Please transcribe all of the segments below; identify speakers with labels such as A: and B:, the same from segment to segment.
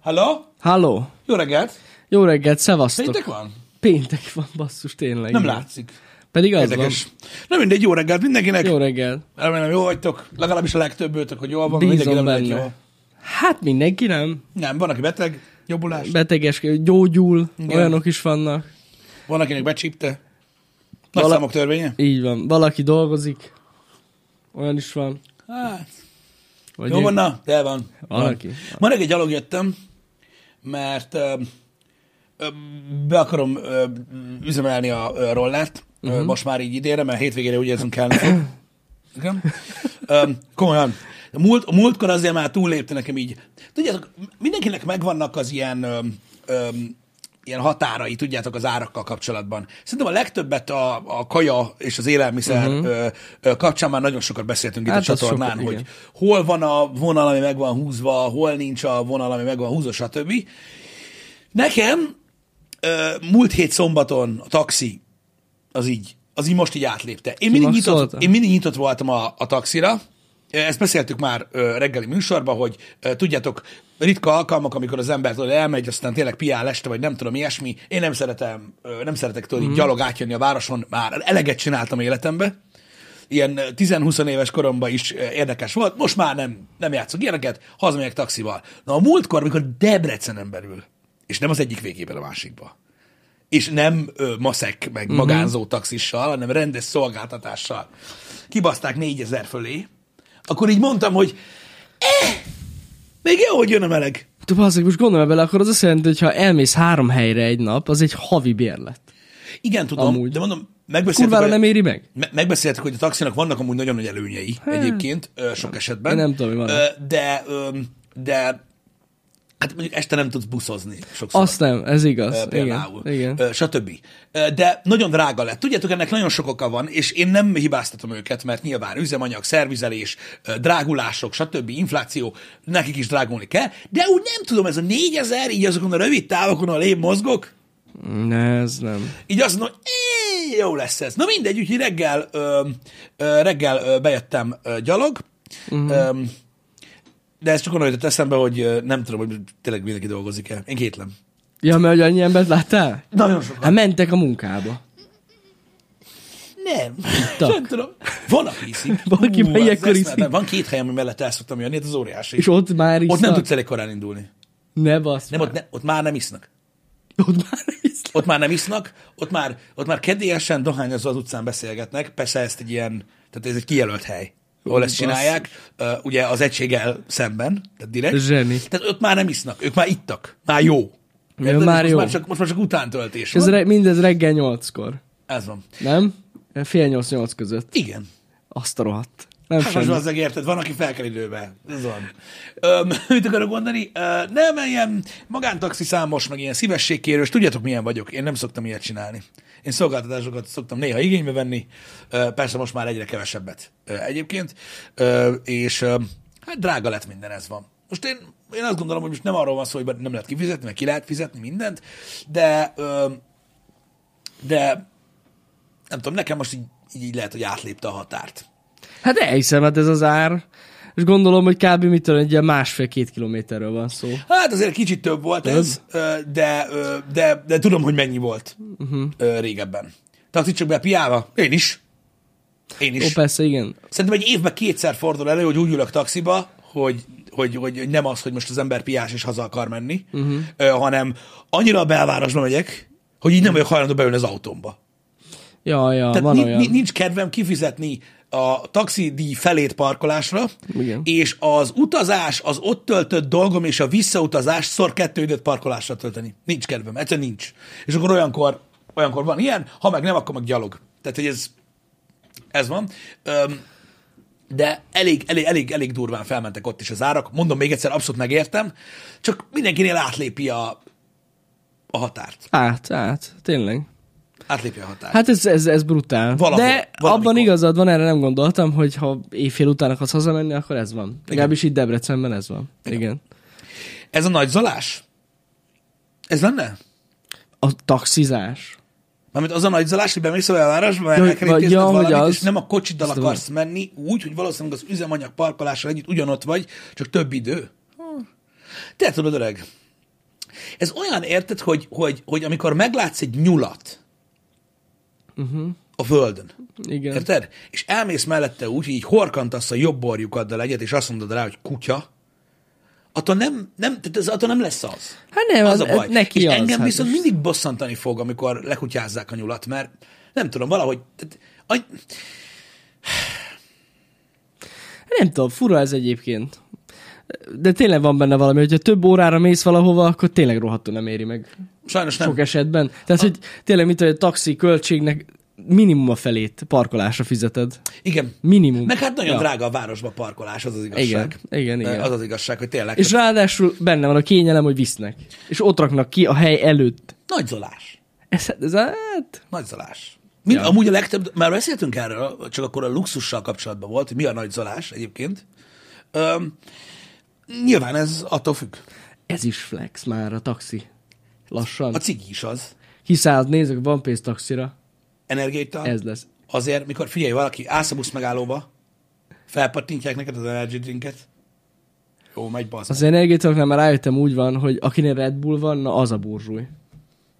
A: Hello?
B: Halló!
A: Jó reggelt!
B: Jó reggelt, szevasztok!
A: Péntek van?
B: Péntek van, basszus, tényleg.
A: Nem
B: igen.
A: látszik.
B: Pedig az
A: Érdekes. Na mindegy, jó reggelt mindenkinek.
B: van.
A: Jó.
B: Jó reggelt.
A: Remélem, jó vagytok. Legalábbis a legtöbbőtök, hogy jól van. mindenki
B: Bízom
A: nem lehet
B: benne.
A: jól.
B: Hát mindenki nem.
A: Nem, van, aki beteg, jobbulás. Be-
B: Beteges, gyógyul,
A: Igen.
B: Igen. olyanok is vannak.
A: van, akinek becsípte. Nagy
B: Vala-
A: számok törvénye?
B: Így van. Valaki dolgozik, olyan is van.
A: Hát,
B: Vagy
A: jó
B: én-
A: van, na, de van.
B: Valaki.
A: Ma reggel gyalog jöttem, mert ö, ö, be akarom ö, üzemelni a ö, rollert,
B: Mhm.
A: uh-huh. most már így idénre, mert hétvégére úgy érzem kell. Igen? Ö, Komolyan. A Múlt, a múltkor azért már túllépte nekem így. Tudjátok, mindenkinek megvannak az ilyen, ö, ö, ilyen határai, tudjátok, az árakkal kapcsolatban. Szerintem a legtöbbet a, a kaja és az élelmiszer uh-huh. ö, ö, kapcsán már nagyon sokat beszéltünk itt
B: Mhm. Hát
A: a
B: az
A: csatornán,
B: sokat,
A: hogy
B: igen.
A: hol van a vonal, ami meg van húzva, hol nincs a vonal, ami meg van húzva, stb. Nekem ö, múlt hét szombaton a taxi az így, az így most így átlépte. Én mindig, nyitott,
B: Kimaxolta?
A: én mindig nyitott voltam a, a taxira, ezt beszéltük már ö, reggeli műsorban, hogy ö, tudjátok, ritka alkalmak, amikor az ember tudod, elmegy, aztán tényleg piál este, vagy nem tudom, ilyesmi. Én nem szeretem, ö, nem szeretek tudod, így gyalog átjönni a városon, már eleget csináltam életembe. Ilyen ö, 10-20 éves koromban is ö, érdekes volt, most már nem, nem játszok ilyeneket, hazamegyek taxival. Na a múltkor, amikor Debrecenen belül, és nem az egyik végében a másikba, és nem ö, maszek,
B: Mhm.
A: meg magánzó taxissal, hanem rendes szolgáltatással kibaszták négyezer fölé, akkor így mondtam, hogy eh, még jó, hogy jön a meleg.
B: De bazzeg, most gondolj bele, akkor az azt jelenti, hogy ha elmész három helyre egy nap, az egy havi bérlet.
A: Igen, tudom,
B: Amúgy.
A: de mondom, megbeszéltük,
B: Kurvára
A: hogy,
B: nem éri meg?
A: me- megbeszéltük, hogy a taxinak vannak amúgy nagyon nagy előnyei egyébként, ö, sok esetben.
B: Hát. Én nem tudom, mi van.
A: Ö, De, ö, de hát mondjuk este nem tudsz buszozni sokszor.
B: Azt nem, ez igaz.
A: Ö, például,
B: Igen. Igen.
A: Ö, stb. Ö, De nagyon drága lett. Tudjátok, ennek nagyon sok oka van, és én nem hibáztatom őket, mert nyilván üzemanyag, szervizelés, ö, drágulások, stb. infláció, nekik is drágulni kell, de úgy nem tudom, ez a 4000, így azokon a rövid távokon, ahol én mozgok,
B: Ne, ez nem.
A: így azt mondom, "Éj, jó lesz ez. Na mindegy, úgyhogy reggel, ö, ö, reggel ö, bejöttem ö, gyalog,
B: Mhm.
A: ö, de ez csak onnan jutott eszembe, hogy ö, nem tudom, hogy tényleg mindenki dolgozik-e. Én kétlem.
B: Ja, mert hogy annyi embert láttál?
A: Nagyon sokan.
B: Hát mentek a munkába.
A: Nem.
B: Tak.
A: Nem tudom. Van, aki iszik.
B: Valaki már
A: az
B: ilyenkor
A: eszméletlen.
B: iszik.
A: Van két helyem, ami mellett el szoktam jönni, hát az óriási.
B: És ott már isznak.
A: ott nem tudsz elég korán indulni.
B: Ne basz.
A: Nem, ott, ne, ott már nem isznak.
B: Ott már
A: Ott már nem
B: nem iszlak.
A: isznak, ott már, ott már kedélyesen dohányozva az utcán beszélgetnek. Persze ezt egy ilyen, tehát ez egy kijelölt hely, ahol
B: Ú,
A: ezt csinálják, ö, ugye az egységgel szemben, tehát direkt.
B: Zseni.
A: Tehát ott már nem isznak, ők már ittak, már jó.
B: Ja,
A: Érted? És
B: már
A: most
B: jó.
A: Már csak, most már csak utántöltés
B: Ez
A: van.
B: re- mindez reggel nyolckor.
A: Ez van.
B: Nem? Fél nyolc-nyolc között.
A: Igen.
B: Azt a rohadt. Nem
A: Hát most
B: semmi.
A: az érted, van, aki fel kell időben. Ez van. Öm, mit akarok mondani? Ö, nem, ilyen magántaxi számos, meg ilyen szívességkérős. Tudjátok, milyen vagyok. Én nem szoktam ilyet csinálni. Én szolgáltatásokat szoktam néha igénybe venni. Ö, persze most már egyre kevesebbet ö, egyébként. Ö, és ö, hát drága lett minden, ez van. Most én, én azt gondolom, hogy most nem arról van szó, hogy nem lehet kifizetni, mert ki lehet fizetni mindent, de, ö, de nem tudom, nekem most így, így lehet, hogy átlépte a határt.
B: Hát elhiszem, hát ez az ár. És gondolom, hogy kb. mit tudom, egy ilyen másfél-két kilométerről van szó.
A: Hát azért kicsit több volt több. ez, ö, de, ö, de, de tudom, hogy mennyi volt uh-huh. régebben. Taxit csak be piába? Én is. Én
B: Ó,
A: is. Opa.
B: persze, igen.
A: Szerintem egy évben kétszer fordul elő, hogy úgy ülök taxiba, hogy, hogy, hogy nem az, hogy most az ember piás és haza akar menni, uh-huh. ö, hanem annyira a belvárosba megyek, hogy így nem vagyok hajlandó beülni az autómba.
B: Ja, ja,
A: Tehát
B: van
A: ni-
B: olyan.
A: ni- nincs kedvem kifizetni a taxi díj felét parkolásra,
B: Igen.
A: és az utazás, az ott töltött dolgom és a visszautazás szor kettő időt parkolásra tölteni. Nincs kedvem, egyszerűen nincs. És akkor olyankor, olyankor van ilyen, ha meg nem, akkor meg gyalog. Tehát, hogy ez, ez van. Öm, de elég, elég, elég, elég durván felmentek ott is az árak. Mondom még egyszer, abszolút megértem, csak mindenkinél átlépi a, a határt.
B: Át, át, Hát, tényleg.
A: Átlépi a határt.
B: Hát ez, ez, ez brutál.
A: Valahol,
B: De
A: valamikor.
B: abban igazad van, erre nem gondoltam, hogy ha éjfél után akarsz hazamenni, akkor ez van. Legalábbis itt Debrecenben ez van. Igen. igen.
A: Ez a nagy zalás? Ez lenne?
B: A taxizás.
A: Mármint az a nagy zalás, hogy bemész a belvárosba, mert
B: Ja,
A: neked
B: vagy-
A: intézted
B: ja, hogy
A: valamit,
B: az.
A: és nem a kocsiddal
B: Azt
A: akarsz menni úgy, hogy valószínűleg
B: Hm.
A: az üzemanyag parkolással együtt ugyanott vagy, csak több idő. Te tudod, öreg. Ez olyan, érted, hogy, hogy, hogy amikor meglátsz egy nyulat uh-huh. a földön,
B: Mhm. Igen.
A: érted? És elmész mellette úgy, hogy így horkantasz a jobb orjukaddal egyet, és azt mondod rá, hogy kutya, attól nem, nem, tehát ez, attól nem lesz az.
B: Hát nem,
A: az a
B: az-
A: baj.
B: neki
A: és
B: az,
A: engem
B: hát
A: viszont mindig bosszantani fog, amikor lekutyázzák a nyulat, mert nem tudom, valahogy... Tehát, any-
B: Nem tudom, fura ez egyébként. De tényleg van benne valami, hogyha több órára mész valahova, akkor tényleg rohadtul nem éri meg.
A: sajnos nem.
B: Sok e- esetben. Tehát, hogy tényleg, mint hogy a taxi költségnek minimum a felét parkolásra fizeted.
A: Igen.
B: Minimum.
A: Meg hát nagyon ja.
B: Ja.
A: drága a városba parkolás, az az igazság.
B: Igen, igen, igen.
A: Az az igazság, hogy tényleg.
B: És
A: És
B: ráadásul benne van a kényelem, hogy visznek. És ott raknak ki a hely előtt.
A: nagy zolás.
B: Ez, ez hát...
A: Nagy zolás. Mind, ja. Amúgy a legtöbb, már beszéltünk erről, csak akkor a luxussal kapcsolatban volt, hogy mi a nagy zolás egyébként. Öm, nyilván ez attól függ.
B: Ez is flex már a taxi. Lassan.
A: A cigi is az.
B: Kiszállt, nézek, van pénz taxira.
A: Energiaital.
B: Ez lesz.
A: Azért, mikor figyelj, valaki állsz a busz megállóba, felpattintják neked az energy drinket. Jó, megy bazd.
B: Az energiatoknál már rájöttem úgy van, hogy akinél Red Bull van, na az a burzsúj.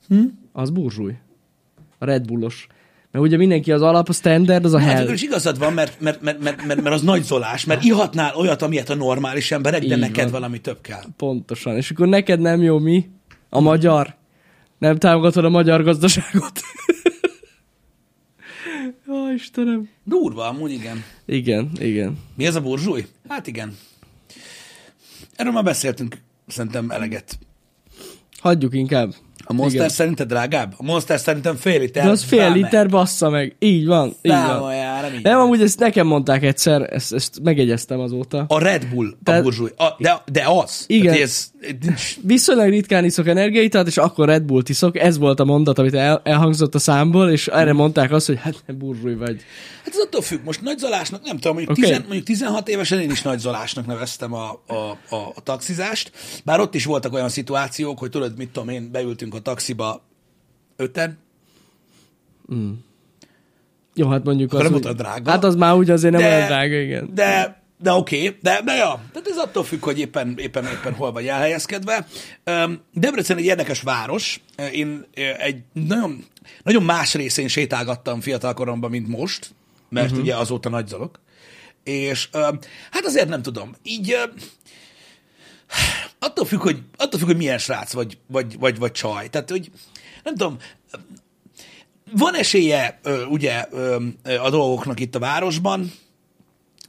A: Hm?
B: Az burzsúj. A Red Bullos. Mert ugye mindenki az alap, a standard, az a
A: Hát
B: hell.
A: akkor is igazad van, mert, mert, mert, mert, mert, mert az nagy zolás, mert ihatnál olyat, amilyet a normális emberek, de
B: Így
A: neked
B: van.
A: valami több kell.
B: Pontosan. És akkor neked nem jó mi? A magyar. Nem támogatod a magyar gazdaságot. Ó, Istenem.
A: Durva, amúgy igen.
B: Igen, igen.
A: Mi ez a burzsúj? Hát igen. Erről már beszéltünk szerintem eleget.
B: Hagyjuk inkább.
A: A Monster
B: Igen.
A: igen. szerinted drágább? A Monster szerintem fél liter.
B: De az fél
A: dráme.
B: liter bassza meg. Így van, így van.
A: Számoljá, nem így
B: Nem,
A: van.
B: amúgy ezt nekem mondták egyszer, ezt, ezt megegyeztem azóta.
A: A Red Bull a
B: Tehát-
A: burzsúj. A, de, de az.
B: Igen.
A: Tehát, hogy ez, itt nincs-
B: Viszonylag ritkán iszok energiaitalt, és akkor Red Bullt iszok. Ez volt a mondat, amit el, elhangzott a számból, és erre mondták azt, hogy hát ne burzsúj vagy.
A: Hát ez attól függ. Most nagy zolásnak, nem tudom, mondjuk,
B: Oké.
A: okay. tizen, mondjuk 16 évesen én is nagy zolásnak neveztem a, a, a, a taxizást. Bár ott is voltak olyan szituációk, hogy tudod, mit tudom én, beültünk a taxiba öten,
B: Jó, hát mondjuk
A: Akkor
B: az
A: nem
B: úgy-
A: volt olyan drága.
B: Hát az már úgy azért nem
A: De-
B: olyan drága, igen.
A: de, de oké, okay, de, de ja, tehát ez attól függ, hogy éppen, éppen, éppen hol vagy elhelyezkedve. Öm, Debrecen egy érdekes város. Én ö, egy nagyon, nagyon más részén sétálgattam fiatalkoromban, mint most, mert
B: Mhm.
A: uh-huh. ugye azóta nagy zalog. És öm, hát azért nem tudom, így öm, attól függ, hogy, attól függ, hogy milyen srác vagy, vagy, vagy, vagy csaj. Tehát, hogy nem tudom, van esélye ö, ugye ö, ö, a dolgoknak itt a városban,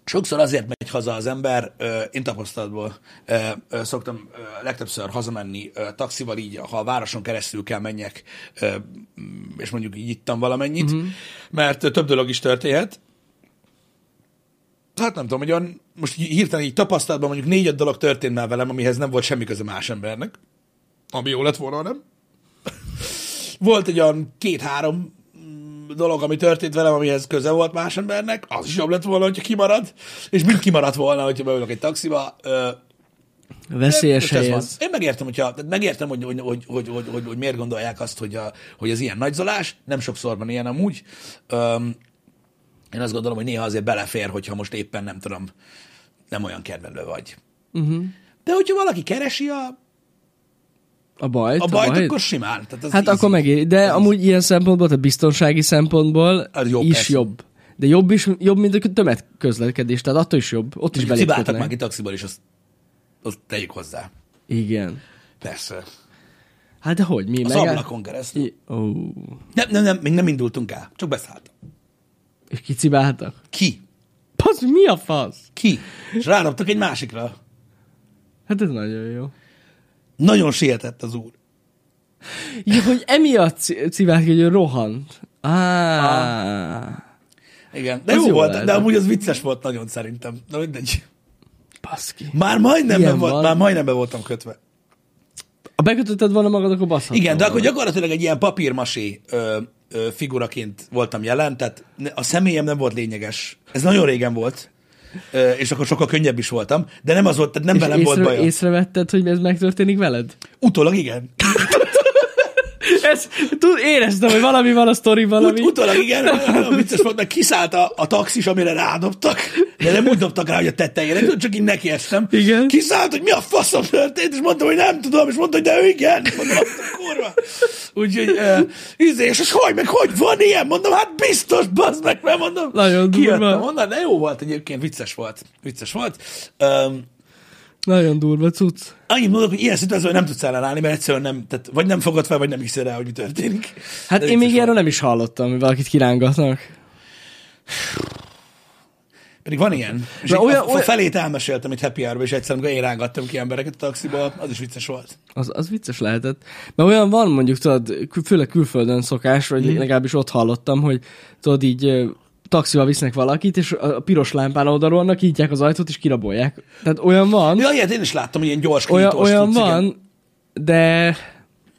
A: Sokszor azért megy haza az ember, ö, én tapasztalatból ö, ö, szoktam ö, legtöbbször hazamenni ö, taxival, így ha a városon keresztül kell menjek, ö, m- és mondjuk így ittam valamennyit, uh-huh. mert ö, több dolog is történhet. Hát nem tudom, hogy olyan, most így hirtelen így tapasztalatban mondjuk négy-öt dolog történt már velem, amihez nem volt semmi köze más embernek, ami jó lett volna, ha nem? volt egy olyan két-három mm, dolog, ami történt velem, amihez köze volt más embernek, az is jobb lett volna, hogyha kimarad, és mind kimaradt volna, hogyha beülök egy taxiba. Ö,
B: Veszélyes
A: most ez
B: hely
A: van.
B: ez.
A: Én megértem, hogyha, tehát megértem hogy, hogy, hogy, hogy, hogy, hogy, hogy miért gondolják azt, hogy, a, hogy ez ilyen nagy zolás, nem sokszor van ilyen amúgy. Öm, én azt gondolom, hogy néha azért belefér, hogyha most éppen nem tudom, nem olyan kedvelő vagy.
B: Uh-huh.
A: De hogyha valaki keresi a,
B: A bajt?
A: a bajt,
B: bajt?
A: akkor simán. Tehát az
B: Hát
A: easy.
B: akkor megéri. De amúgy ilyen szempontból, tehát biztonsági szempontból
A: Az jobb,
B: is
A: persze.
B: jobb. De jobb is, jobb, mint a tömegközlekedés, tehát attól is jobb. Ott is
A: Mondjuk Cibáltak
B: belépködnek.
A: már ki taxiból, és azt, azt tegyük hozzá.
B: Igen.
A: Persze.
B: Hát de hogy, mi?
A: Az
B: megáll-
A: ablakon keresztül.
B: I- Ó,
A: Nem, nem, nem, még nem indultunk el. Csak beszálltam.
B: és kicibáltak?
A: Ki?
B: Pasz, mi a fasz?
A: Ki? És ráraptak egy másikra.
B: Hát ez nagyon jó.
A: Nagyon sietett az úr.
B: Ja, hogy emiatt ci- cibált, hogy ő rohant. Á,
A: Igen, de
B: Az
A: jó,
B: jó
A: volt,
B: lehet.
A: de amúgy az vicces volt nagyon szerintem. Na mindegy.
B: baszki.
A: Már majdnem,
B: Ilyen
A: be, volt,
B: van.
A: már majdnem be voltam kötve.
B: Ha bekötötted volna magad, akkor baszhatod.
A: Igen, de
B: volna.
A: akkor gyakorlatilag egy ilyen papírmasé ö, ö, figuraként voltam jelen, tehát ne- a személyem nem volt lényeges. Ez nagyon régen volt, ö, és akkor sokkal könnyebb is voltam, de nem az volt, tehát nem
B: és
A: velem
B: észre,
A: volt bajom.
B: észrevetted, hogy ez megtörténik veled?
A: Utólag igen.
B: Ez, tud, éreztem, hogy valami van a sztori, valami.
A: Ut- utólag igen, nagyon vicces volt, mert kiszállt a, a taxis, amire rádobtak, de nem úgy dobtak rá, hogy a tetejére, tudod, csak így nekiestem.
B: Igen.
A: Kiszállt, hogy mi a faszom történt, és mondtam, hogy nem tudom, és mondta, hogy de ő igen. Mondom, azt a kurva. Úgyhogy, uh, izé, és az, hogy meg hogy van ilyen? Mondom, hát biztos, bazd meg, mert mondom.
B: Nagyon durva.
A: Kijöttem onnan, de jó volt egyébként, vicces volt. Vicces volt. Um,
B: Nagyon durva cucc.
A: annyit mondok, hogy ilyen szituációban nem tudsz ellenállni, mert egyszerűen nem, tehát vagy nem fogod fel, vagy nem hiszed el, hogy mi történik.
B: Hát
A: De
B: én még
A: vicces
B: erről nem is hallottam, hogy valakit kirángatnak.
A: Pedig van ilyen. És
B: Na,
A: így
B: olyan-
A: a, a
B: olyan-
A: felét elmeséltem itt Happy hour és egyszer, amikor én rángattam ki embereket a taxiból, az is vicces volt.
B: Az, az vicces lehetett. Mert olyan van mondjuk, tudod, kül- főleg külföldön szokás, vagy
A: Mm.
B: legalábbis ott hallottam, hogy tudod így ö, taxival visznek valakit, és a a piros lámpán oldalról annak kinyitják az ajtót, és kirabolják. Tehát olyan van,
A: Ja, ilyet én is láttam, ilyen gyors
B: olyan,
A: kinyitós
B: olyan
A: tudsz, igen.
B: van, de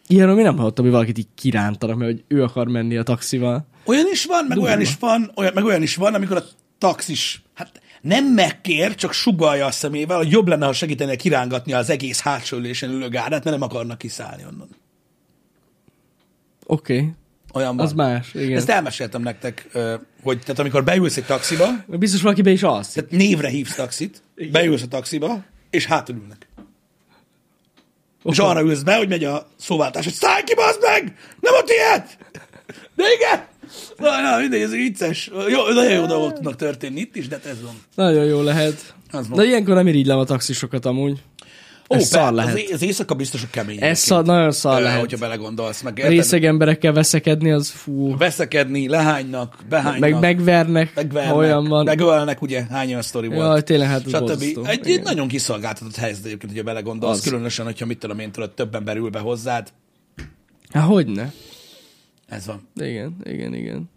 B: ilyenről mi nem hallottam, hogy valakit így kirántanak, mert hogy ő akar menni a taxival.
A: Olyan is van, meg
B: Durva.
A: olyan is van, olyan, meg olyan is van, amikor a taxis, hát nem megkér, csak sugalja a szemével, hogy jobb lenne, ha segítene kirángatni az egész hátsó ülésen ülő gárdát, mert nem akarnak kiszállni onnan.
B: Oké, okay.
A: Olyan van.
B: az más, igen.
A: Ezt elmeséltem nektek, ö, hogy tehát amikor beülsz egy taxiba,
B: Biztos valaki be is alszik.
A: tehát névre hívsz taxit, beülsz a taxiba, és hátul ülnek. És
B: Oha.
A: arra ülsz be, hogy megy a szóváltás, hogy szállj ki, bazd meg! Nem a tiéd! De igen! Na, na, mindegy, ez vicces. Jó, nagyon jó dolgok tudnak történni itt is, de ez van.
B: Nagyon jó lehet.
A: Hát- Az van.
B: De ilyenkor nem irigylem a taxisokat amúgy.
A: Ó,
B: Ez
A: per-
B: szar lehet.
A: Az, é- az éjszaka biztos, hogy kemény.
B: Ez szar, nagyon szar
A: lehet.
B: lehet.
A: Hogyha belegondolsz, meg érted?
B: Részeg emberekkel veszekedni, az fú.
A: veszekedni, lehánynak, behánynak.
B: Meg megvernek,
A: megvernek,
B: ha olyan van.
A: megölnek, ugye, hány olyan sztori volt.
B: Jaj, tényleg, hát ez borzasztó.
A: stb. Egy, egy
B: Igen.
A: nagyon kiszolgáltatott helyzet egyébként, hogyha belegondolsz,
B: Az.
A: különösen, hogyha mit tudom én, tudod, több ember ül be hozzád.
B: Hát hogyne.
A: Ez van.
B: Igen, igen, igen.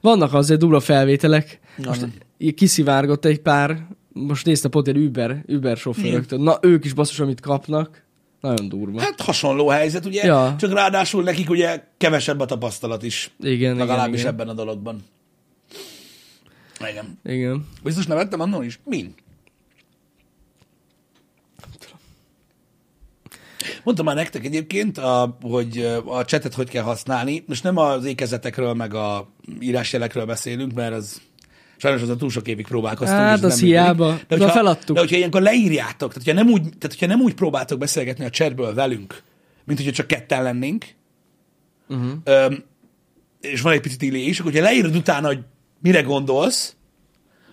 B: Vannak azért durva felvételek. Most így kiszivárgott egy pár, most nézte pont egy Uber, Uber sofőröktől. Na, ők is basszus, amit kapnak. Nagyon durva.
A: Hát hasonló helyzet, ugye?
B: Ja.
A: Csak ráadásul nekik ugye kevesebb a tapasztalat is.
B: Igen,
A: Legalábbis
B: igen, igen.
A: ebben a dologban. Igen.
B: Igen.
A: Biztos nevettem annon is? Min? Mondtam már nektek egyébként, a, hogy ö, a csetet hogy kell használni. Most nem az ékezetekről, meg a írásjelekről beszélünk, mert az sajnos azon túl sok évig próbálkoztunk.
B: Hát,
A: és nem
B: az
A: működik.
B: hiába.
A: De,
B: Na,
A: hogyha,
B: feladtuk.
A: De hogyha ilyenkor leírjátok, tehát hogyha, nem úgy, tehát hogyha nem úgy próbáltok beszélgetni a csetből velünk, mint hogyha csak ketten lennénk,
B: Mhm.
A: uh-huh. és van egy picit illé is, akkor hogyha leírod utána, hogy mire gondolsz,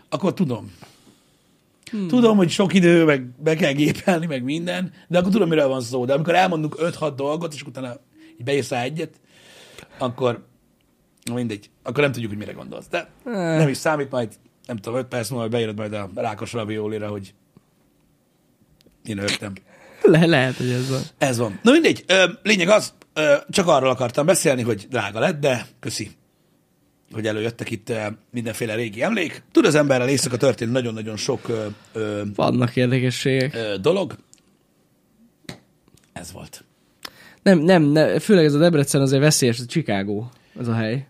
A: akkor tudom. Hmm. Tudom, hogy sok idő, meg be kell gépelni, meg minden, de akkor tudom, miről van szó. De amikor elmondunk 5-6 dolgot, és utána így beírsz rá egyet, akkor na mindegy, akkor nem tudjuk, hogy mire gondolsz. De nem is számít, majd nem tudom, 5 perc múlva beírod majd a rákos raviolira, hogy én öltem.
B: Le- lehet, hogy ez van.
A: Ez van. Na mindegy, ö, lényeg az, ö, csak arról akartam beszélni, hogy drága lett, de köszi, hogy előjöttek itt ö, mindenféle régi emlék. Tud az emberrel éjszaka történni nagyon-nagyon sok ö, ö,
B: Vannak érdekességek.
A: ö, dolog. Ez volt.
B: Nem, nem, ne, főleg ez a Debrecen azért veszélyes, ez Chicago, ez a hely.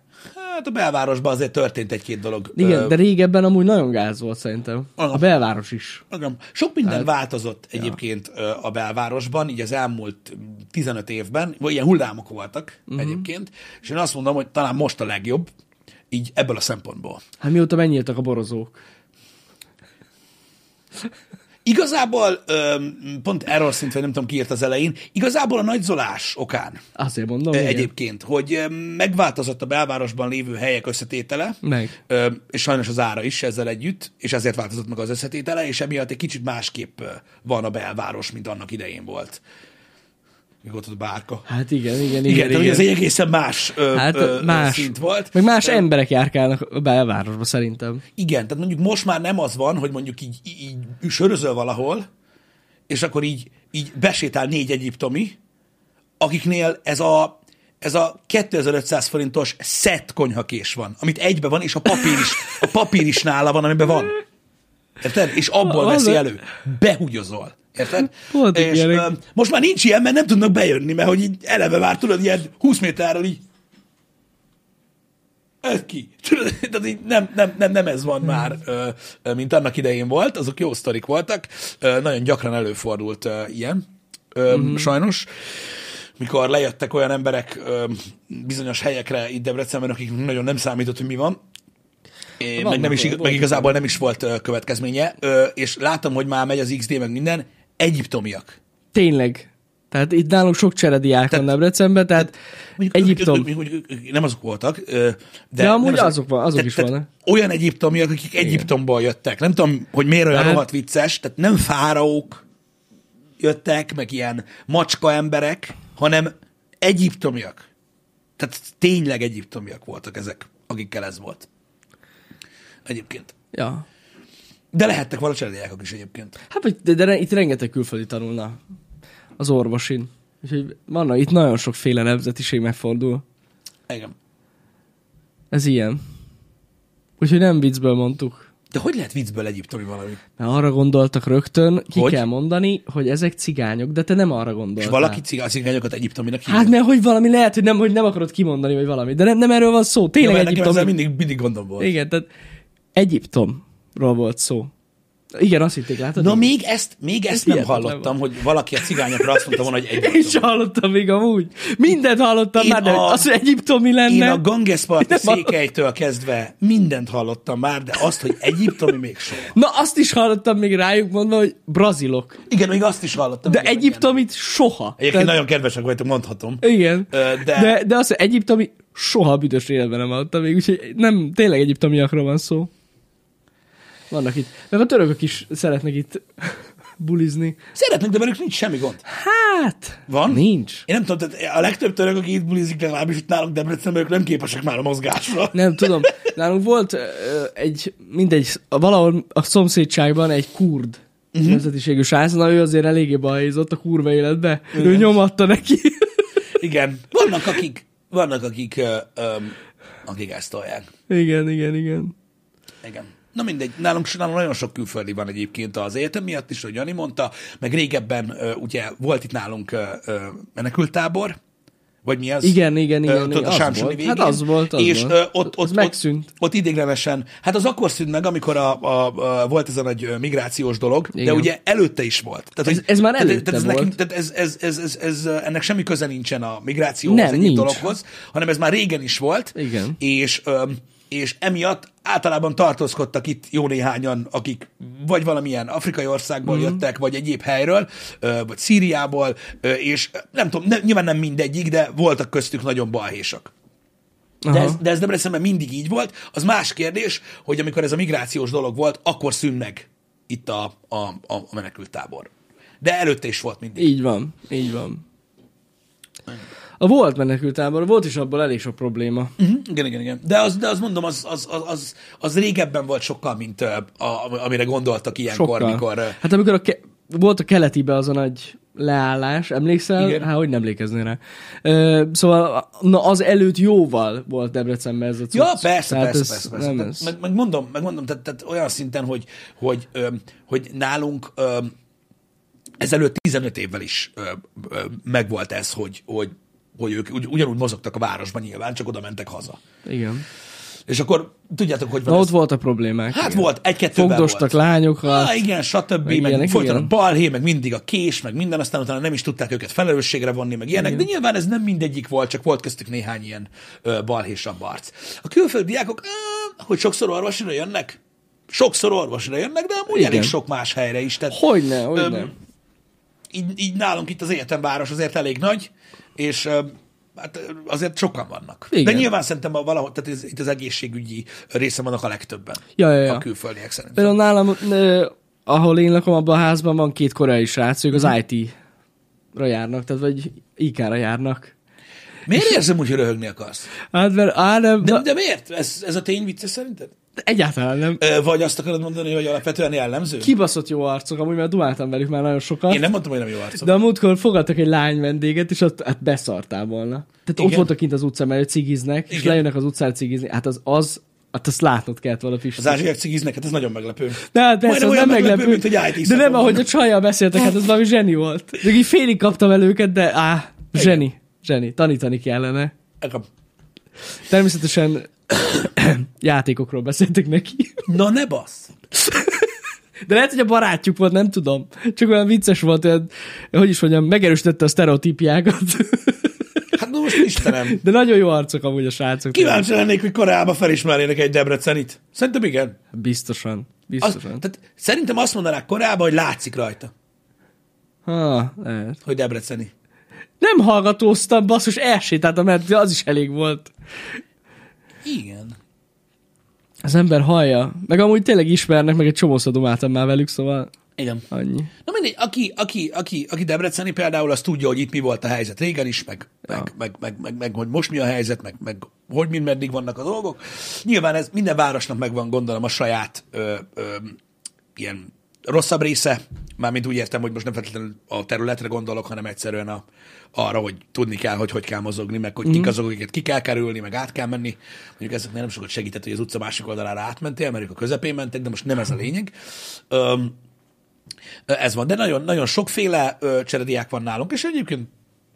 A: Hát a belvárosban azért történt egy-két dolog.
B: Igen,
A: Ö,
B: de régebben amúgy nagyon gáz volt szerintem. A belváros is.
A: Igen. Sok minden
B: Hát,
A: változott egyébként ö, a belvárosban, így az elmúlt 15 évben, vagy ilyen hullámok voltak
B: Mhm.
A: egyébként, és én azt mondom, hogy talán most a legjobb, így ebből a szempontból.
B: Hát mióta megnyíltak a borozók?
A: Igazából, öm, pont erről szint, vagy nem tudom ki írt az elején, igazából a nagyzolás okán
B: Azért mondom,
A: ö,
B: igen.
A: egyébként, hogy öm, megváltozott a belvárosban lévő helyek összetétele,
B: Meg.
A: öm, és sajnos az ára is ezzel együtt, és ezért változott meg az összetétele, és emiatt egy kicsit másképp ö, van a belváros, mint annak idején volt. Mikor ott a bárka.
B: Hát igen, igen, igen.
A: Igen,
B: igen,
A: igen, igen. ez egy egészen más, ö,
B: Hát
A: hát, ö,
B: más.
A: más szint volt.
B: Meg más emberek járkálnak a belvárosba szerintem.
A: Igen, tehát mondjuk most már nem az van, hogy mondjuk így, így, így sörözöl valahol, és akkor így, így besétál négy egyiptomi, akiknél ez a, ez a 2500 forintos szett konyhakés van, amit egybe van, és a papír is, a papír is nála van, amiben van. Érted? És abból
B: Az-
A: veszi elő. Behugyozol. Érted?
B: Pont
A: és
B: ilyenek.
A: ö, most már nincs ilyen, mert nem tudnak bejönni, mert hogy így eleve már tudod, ilyen 20 méterről így ez ki. Tudod, Tehát így nem, nem, nem, nem ez van már, ö, ö, mint annak idején volt, azok jó sztorik voltak, Ö, nagyon gyakran előfordult ö, ilyen, ö, sajnos. mikor lejöttek olyan emberek ö, bizonyos helyekre itt Debrecenben, akik nagyon nem számított, hogy mi van. É,
B: Vannak
A: meg, nem is,
B: olyan,
A: ig- meg
B: voltak
A: igazából nem is volt ö, következménye, ö, és látom, hogy már megy az XD, meg minden, egyiptomiak.
B: Tényleg. Tehát itt nálunk sok cserediák van Debrecenben, tehát Egyiptom.
A: Mondjuk, mondjuk, mondjuk, nem azok voltak, ö, de...
B: De amúgy
A: nem
B: azok van- azok
A: tehát-
B: is
A: tehát
B: vannak.
A: Olyan egyiptomiak, akik Egyiptomból jöttek. Nem tudom, hogy miért olyan
B: Tehát-
A: rohadt vicces, tehát nem fáraók jöttek, meg ilyen macska emberek, hanem egyiptomiak. Tehát tényleg egyiptomiak voltak ezek, akikkel ez volt. Egyébként.
B: Ja.
A: De lehettek valami cserediákok is egyébként.
B: Hát, vagy- de, de re- itt rengeteg külföldi tanulna az orvosin. Úgyhogy vannak, itt nagyon sokféle nemzetiség megfordul.
A: Igen.
B: Ez ilyen. Úgyhogy nem viccből mondtuk.
A: De hogy lehet viccből egyiptomi valami?
B: Mert arra gondoltak rögtön, ki
A: Hogy?
B: hogy? kell mondani, hogy ezek cigányok, de te nem arra
A: És
B: gondoltál.
A: valaki cigány- cigányokat egyiptominak hívja?
B: Hát mert hogy valami lehet, hogy nem, hogy nem akarod kimondani, vagy valami. De nem, nem erről van szó. Tényleg
A: Jó, mert nekem ezzel
B: Egyiptom.
A: mindig, mindig gondom volt.
B: Igen, tehát Egyiptomról volt szó. Igen, azt hitték, látod?
A: Na még ezt, még ezt nem
B: hihetetlen
A: hallottam, hogy valaki a cigányokra azt mondta volna, hogy
B: Én
A: egyiptom.
B: sem hallottam még amúgy. Mindent hallottam
A: Én
B: már, de
A: a-
B: az, hogy egyiptomi
A: Én
B: lenne.
A: a Gangesparti
B: Nem hallottam.
A: székelytől kezdve mindent hallottam már, de azt, hogy egyiptomi még soha.
B: Na azt is hallottam még rájuk mondva, hogy brazilok.
A: Igen, még azt is hallottam.
B: De
A: igen, igen.
B: egyiptomit soha.
A: Egyébként nagyon kedvesek vagytok, mondhatom.
B: Igen.
A: Ö, de-
B: De... De, de azt, hogy egyiptomi soha büdös életben nem hallottam még, úgyhogy nem, tényleg egyiptomiakról van szó. Vannak itt. Meg a törökök is szeretnek itt bulizni.
A: Szeretnek, de velük nincs semmi gond.
B: Hát!
A: Van?
B: Nincs.
A: Én nem tudom, tehát a legtöbb török, aki itt bulizik, legalábbis itt nálunk Debrecenben, ők nem képesek már a mozgásra.
B: Nem tudom. Nálunk volt ö, egy, mindegy, valahol a szomszédságban egy kurd
A: Mhm.
B: uh-huh. nemzetiségű srác, na ő azért eléggé bajzott a kurva életbe. Uh-huh. Ő nyomatta neki.
A: Igen. Vannak, akik, vannak, akik, ö, ö, akik ezt tolják.
B: igen, igen, igen.
A: Igen. Na mindegy, nálunk, nálunk nagyon sok külföldi van egyébként az egyetem miatt is, hogy Jani mondta, meg régebben ö, ugye volt itt nálunk ö, ö, menekültábor, vagy mi az?
B: Igen, igen, igen,
A: tudod,
B: igen,
A: a
B: az
A: Sámsoni
B: volt.
A: végén.
B: Hát az volt, az
A: és
B: volt.
A: Ö, ott,
B: Az
A: ott,
B: megszűnt.
A: Ott, ott idéglenesen, hát az akkor szűnt meg, amikor a, a, a, volt ez a nagy ö, migrációs dolog, igen. de
B: Igen.
A: ugye előtte is volt. Tehát,
B: Ez-
A: hogy-
B: ez már
A: tehát-
B: előtte
A: tehát ez
B: volt.
A: Nekünk, tehát ez, ez, ez, ez, ez, ö, ennek semmi köze nincsen a migrációhoz,
B: Nem,
A: egyéb
B: nincs.
A: dologhoz, hanem ez már régen is volt.
B: Igen.
A: És, öm, és emiatt általában tartózkodtak itt jó néhányan, akik vagy valamilyen afrikai
B: Mhm.
A: országból mm. jöttek, vagy egyéb helyről, ö, vagy Szíriából, ö, és nem tudom, nem, nyilván nem mindegyik, de voltak köztük nagyon balhésak. De
B: Aha.
A: ez, de ez Debrecenben mindig így volt. Az más kérdés, hogy amikor ez a migrációs dolog volt, akkor szűn meg itt a, a, a, a menekültábor. De előtte is volt mindig.
B: Így van, így van. A volt menekültábor, volt is abból elég sok probléma.
A: Uh-huh. Igen, igen, igen. De az, de az mondom, az, az, az, az, az régebben volt sokkal, mint ö, a, amire gondoltak ilyenkor,
B: Sokkal.
A: mikor... ö,
B: Hát amikor a ke- volt a keletibe az a nagy leállás, emlékszel?
A: Igen.
B: Igen. Hát, hogy nem emlékeznél rá. Ö, szóval, a- na az előtt jóval volt Debrecenben ez a cucc.
A: Ja, persze, persze, persze,
B: ez
A: persze.
B: Nem
A: Tehát
B: ez.
A: Meg, meg mondom, meg mondom tehát, tehát olyan szinten, hogy, hogy, öm, hogy nálunk öm, ezelőtt 15 évvel is öm, öm, megvolt ez, hogy, hogy, hogy ők ugy- ugyanúgy mozogtak a városban nyilván, csak oda mentek haza.
B: Igen.
A: És akkor tudjátok, hogy van
B: Na
A: ez?
B: ott volt a problémák.
A: Hát
B: igen.
A: volt, egy-kettőben volt.
B: Fogdostak lányokat.
A: Ah, igen, stb. Meg,
B: meg
A: meg
B: ilyenek,
A: folyton a
B: igen.
A: balhé, meg mindig a kés, meg minden, aztán utána nem is tudták őket felelősségre vonni, meg ilyenek, de nyilván ez nem mindegyik volt, csak volt köztük néhány ilyen ö, balhésabb arc. A külföldi diákok, ö, hogy sokszor orvosra jönnek, sokszor orvosra jönnek, de amúgy
B: Igen.
A: elég sok más helyre is. Tehát
B: Hogyne, hogyne.
A: Öm, így, így nálunk itt az egyetemváros azért elég nagy, és ö, hát ö, azért sokan vannak. Igen. De
B: Igen.
A: nyilván szerintem a valahol, tehát ez, itt az egészségügyi része vannak a legtöbben.
B: Ja, ja, ja.
A: A külföldiek szerintem.
B: Például nálam, ö, ahol én lakom, abban a házban van két koreai srác, ők az IT-ra járnak, tehát vagy IK-ra járnak.
A: Miért érzem úgy, hogy röhögni akarsz?
B: Hát mert, á, nem,
A: De,
B: de,
A: de miért? Ez, ez a tény vicce szerinted?
B: egyáltalán nem.
A: Ö, Vagy azt akarod mondani, hogy alapvetően jellemző?
B: Kibaszott jó arcok, amúgy már dumáltam velük már nagyon sokat.
A: Én nem mondtam, hogy nem jó arcom.
B: De a múltkor fogadtak egy lány vendéget, és ott hát beszartál volna. Tehát Igen.
A: Igen.
B: ott voltak kint az utcán, mert ők cigiznek, Igen. és
A: Igen.
B: lejönnek az utcára cigizni. Hát az, az hát azt látnod kellett volna
A: Az
B: Pisti.
A: ázsiak cigiznek, hát ez nagyon meglepő.
B: De hát persze,
A: Majdnem
B: az
A: olyan
B: nem meglepő,
A: meglepő, mint egy IT
B: De nem,
A: szakon.
B: ahogy a csajjal beszéltek, hát az valami zseni volt. Még így félig kaptam el őket, de á, zseni, zseni, tanítani kellene.
A: Elkap.
B: Természetesen játékokról beszéltek neki.
A: Na ne bassz!
B: De lehet, hogy a barátjuk volt, nem tudom. Csak olyan vicces volt, olyan, hogy is mondjam, megerősítette a sztereotípiákat.
A: Hát na most Istenem.
B: De nagyon jó arcok amúgy a srácok.
A: Kíváncsi lennék, hogy Koreába felismernének egy Debrecenit. Szerintem igen.
B: Biztosan.
A: Az,
B: Biztosan.
A: tehát szerintem azt mondanák Koreában, hogy látszik rajta,
B: Ha, lehet.
A: hogy Debreceni.
B: Nem hallgatóztam, basszus, elsétáltam, mert az is elég volt.
A: Igen.
B: Az ember hallja. Meg amúgy tényleg ismernek, meg egy csomószor dumáltam már velük, szóval
A: Igen.
B: annyi.
A: Na mindegy, aki, aki, aki, aki Debreceni például, az tudja, hogy itt mi volt a helyzet régen is, meg, ja. meg, meg, meg, meg, meg hogy most mi a helyzet, meg, meg hogy mind meddig vannak a dolgok. Nyilván ez minden városnak megvan, gondolom, a saját ö, ö, ilyen rosszabb része, mármint úgy értem, hogy most nem feltétlenül a területre gondolok, hanem egyszerűen a, arra, hogy tudni kell, hogy hogy kell mozogni, meg hogy kik azok, akiket ki kell kerülni, meg át kell menni. Mondjuk ezeknél nem sokat segített, hogy az utca másik oldalára átmentél, mert ők a közepén mentek, de most nem ez a lényeg. Öm, ez van, de nagyon, nagyon sokféle ö, cserediák van nálunk, és egyébként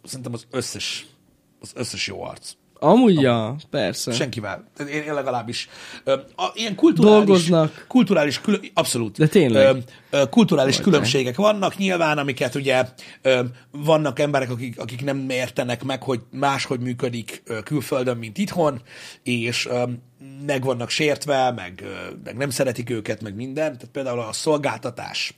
A: szerintem az összes, az összes jó arc.
B: Amúgy, ja, persze.
A: Senkivel. Tehát Én, én legalábbis. Ö, a, ilyen kulturális,
B: Dolgoznak.
A: Kulturális, külön, abszolút.
B: De tényleg.
A: Ö, ö, kulturális különbségek vannak nyilván, amiket ugye ö, vannak emberek, akik, akik nem értenek meg, hogy máshogy működik ö, külföldön, mint itthon, és ö, meg vannak sértve, meg, ö, meg nem szeretik őket, meg minden. Tehát például a szolgáltatás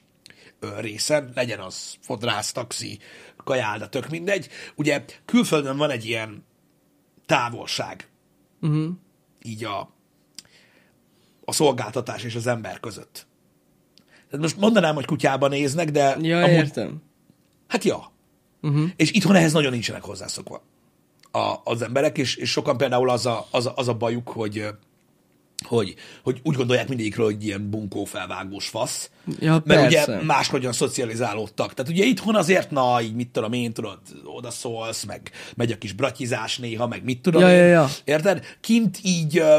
A: ö, részen, legyen az fodrász, taxi, kajálda, tök mindegy. Ugye külföldön van egy ilyen távolság,
B: Uh-huh.
A: így a, a szolgáltatás és az ember között. Tehát most mondanám, hogy kutyába néznek, de
B: Ja, Amúgy... értem.
A: hát ja.
B: Mhm.
A: Uh-huh. És itthon ehhez nagyon nincsenek hozzászokva a, az emberek, és, és sokan például az a, az, a, az a bajuk, hogy, ö, hogy, hogy úgy gondolják mindegyikről, hogy ilyen bunkó felvágós fasz.
B: Ja,
A: Mert
B: persze.
A: ugye máshogyan szocializálódtak. Tehát ugye itthon azért, na, így mit tudom én, tudod, oda szólsz, meg megy a kis bratizás néha, meg mit tudom
B: Ja,
A: én.
B: ja, ja.
A: Érted? Kint így, ö,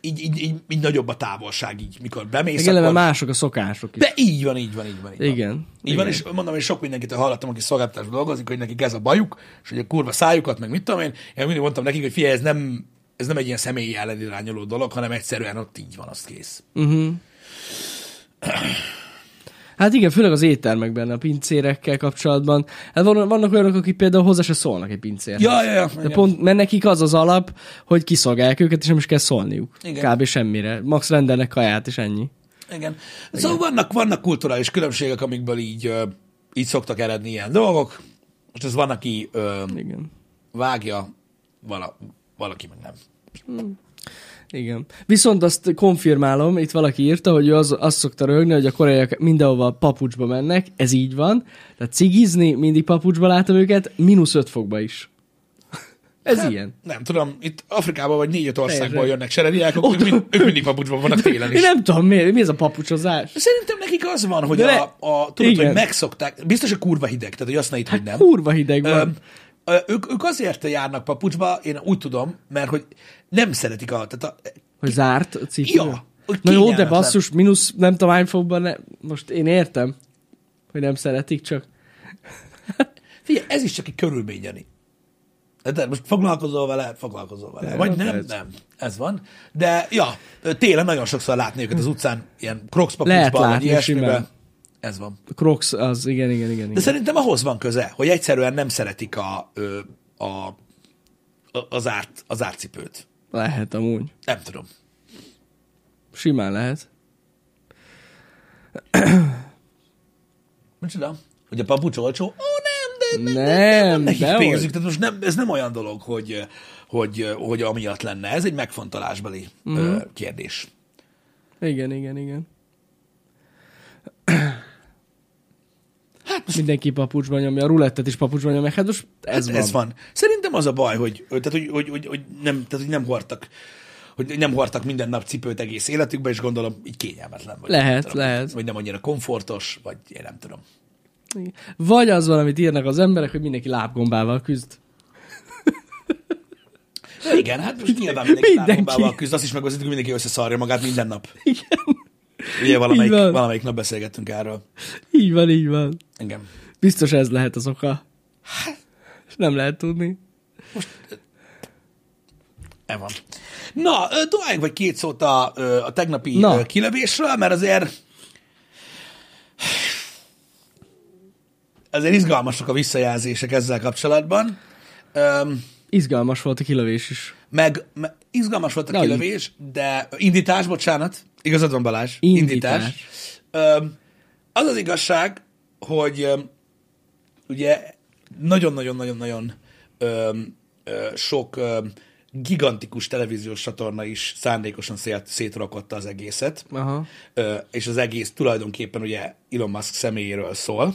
A: így, így, így, így nagyobb a távolság, így mikor bemész,
B: Meg eleve
A: akkor...
B: mások a szokások is.
A: De így van, így van, így van. Így van.
B: Igen,
A: Így
B: igen.
A: van, és mondom, és sok mindenkitől hallottam, aki szolgáltatásban dolgozik, hogy nekik ez a bajuk, és hogy a kurva szájukat, meg mit tudom én. Én mindig mondtam nekik, hogy figyelj, ez nem, ez nem egy ilyen személyi ellen irányuló dolog, hanem egyszerűen ott így van, az kész.
B: Uh-huh. Hát igen, főleg az éttermekben, a pincérekkel kapcsolatban. Hát van- vannak olyanok, akik például hozzá se szólnak egy pincérhez.
A: Ja, ja, ja.
B: De
A: igen.
B: pont, mert nekik az az alap, hogy kiszolgálják őket, és nem is kell szólniuk.
A: Igen.
B: Igen. Kb. semmire. Max rendelnek kaját, és ennyi.
A: Igen. Szóval vannak, vannak kulturális különbségek, amikből így, ö, így szoktak eredni ilyen dolgok. Most ez van, aki ö,
B: Igen.
A: vágja, vala, valaki meg nem.
B: Igen. Viszont azt konfirmálom, itt valaki írta, hogy ő az, azt szokta rögni, hogy a koreaiak mindenhova papucsba mennek, ez így van. Tehát cigizni, mindig papucsba látom őket, mínusz 5 fokba is. ez hát, ilyen.
A: Nem tudom, itt Afrikában vagy négy-öt országból
B: Teljesen.
A: jönnek serediákok, ők, mind, ők mindig papucsban vannak télen
B: Én
A: is.
B: nem tudom, mi, mi ez a papucsozás?
A: Szerintem nekik az van, hogy
B: De
A: a, a, tudod,
B: igen. Hát
A: hogy megszokták, biztos, hogy kurva hideg, tehát hogy azt ne itt, hogy nem.
B: Kurva hideg van.
A: Öm, ö, ők, ők azért járnak papucsba, én úgy tudom, mert hogy nem szeretik a... Tehát a
B: hogy zárt a cipő.
A: Ja, hogy
B: Na jó, de
A: kényelmetlen.
B: basszus, mínusz nem tudom hány fokban, ne... most én értem, hogy nem szeretik, csak
A: Figyelj, ez is csak egy körülményeni. De most foglalkozol vele, foglalkozol vele.
B: Nem,
A: Vagy nem,
B: persze.
A: nem. Ez van. De ja, télen nagyon sokszor látni őket az utcán, ilyen crocs
B: Lehet
A: papucsban, vagy
B: látni
A: ilyesmiben.
B: simán.
A: Ez van.
B: a Crocs az, igen, igen, igen.
A: De
B: igen.
A: szerintem ahhoz van köze, hogy egyszerűen nem szeretik a, ö, a, a az, árt, az árcipőt.
B: Lehet amúgy.
A: Nem tudom.
B: Simán lehet.
A: Micsoda? Hogy a papucs olcsó? Ó, nem, de, de, de, de van
B: Nem,
A: nekik
B: de
A: pénzük. Tehát most nem, ez nem olyan dolog, hogy, hogy, hogy amiatt lenne. Ez egy megfontolásbeli mm. kérdés.
B: Igen, igen, igen.
A: Hát most
B: Mindenki papucsban nyomja, a rulettet is papucsban nyomja, hát most ez,
A: ez,
B: van.
A: ez van. Szerintem az a baj, hogy, tehát, hogy, hogy, hogy, hogy, nem, tehát, hogy nem hordtak hogy nem hordtak minden nap cipőt egész életükben, és gondolom, így kényelmetlen. Vagy
B: Lehet,
A: nem tudom,
B: lehet.
A: Vagy nem annyira komfortos, vagy én nem tudom.
B: Igen. Vagy az van, amit írnak az emberek, hogy mindenki lábgombával küzd.
A: De igen, hát most nyilván mindenki,
B: Mindenki.
A: mindenki. küzd, azt is megbeszéltük, hogy mindenki összeszarja magát minden nap.
B: Igen.
A: Ugye valamelyik,
B: Így van.
A: valamelyik nap beszélgettünk erről.
B: Így van, így van.
A: Igen. Hát,
B: Biztos ez lehet az oka. És nem lehet tudni.
A: E van. Na, ö, dohány vagy két szót a, ö, a tegnapi
B: Na.
A: Na. kilövésről, mert azért azért izgalmasak a visszajelzések ezzel kapcsolatban. Öm,
B: Izgalmas volt a kilövés is.
A: meg, meg izgalmas volt a
B: Na,
A: kilövés, de indítás, bocsánat, igazad van Balázs,
B: Indítás.
A: Öm, az az igazság, hogy öm, ugye nagyon-nagyon-nagyon-nagyon öm, ö, sok öm, gigantikus televíziós csatorna is szándékosan szét, szétrakotta az egészet,
B: Aha.
A: Ö, és az egész tulajdonképpen ugye Elon Musk személyéről szól.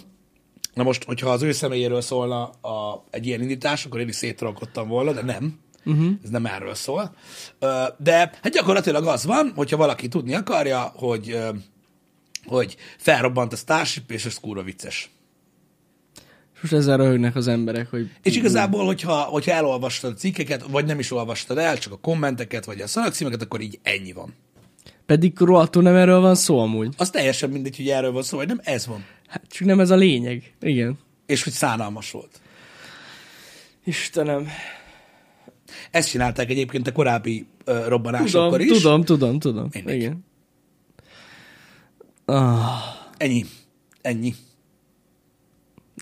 A: Na most, hogyha az ő személyéről szólna a, egy ilyen indítás, akkor én is szétrakodtam volna, de nem. Uh-huh. Ez nem erről szól. Ö, De hát gyakorlatilag az van, hogyha valaki tudni akarja, hogy, ö, hogy felrobbant a Starship, és ez kúra vicces.
B: És most ezzel röhögnek az emberek, hogy
A: És igazából, hogyha, hogyha elolvastad a cikkeket, vagy nem is olvastad el, csak a kommenteket, vagy a szalagcímeket, akkor így ennyi van.
B: pedig rohadtul nem erről van szó amúgy.
A: Az teljesen mindegy, hogy erről van szó, vagy nem, ez van.
B: Hát csak nem ez a lényeg. Igen.
A: És hogy szánalmas volt.
B: Istenem.
A: Ezt csinálták egyébként a korábbi ö, robbanásokkor
B: Tudom,
A: is.
B: tudom, tudom, tudom.
A: Mindegy.
B: Igen. Ah.
A: Ennyi. Ennyi.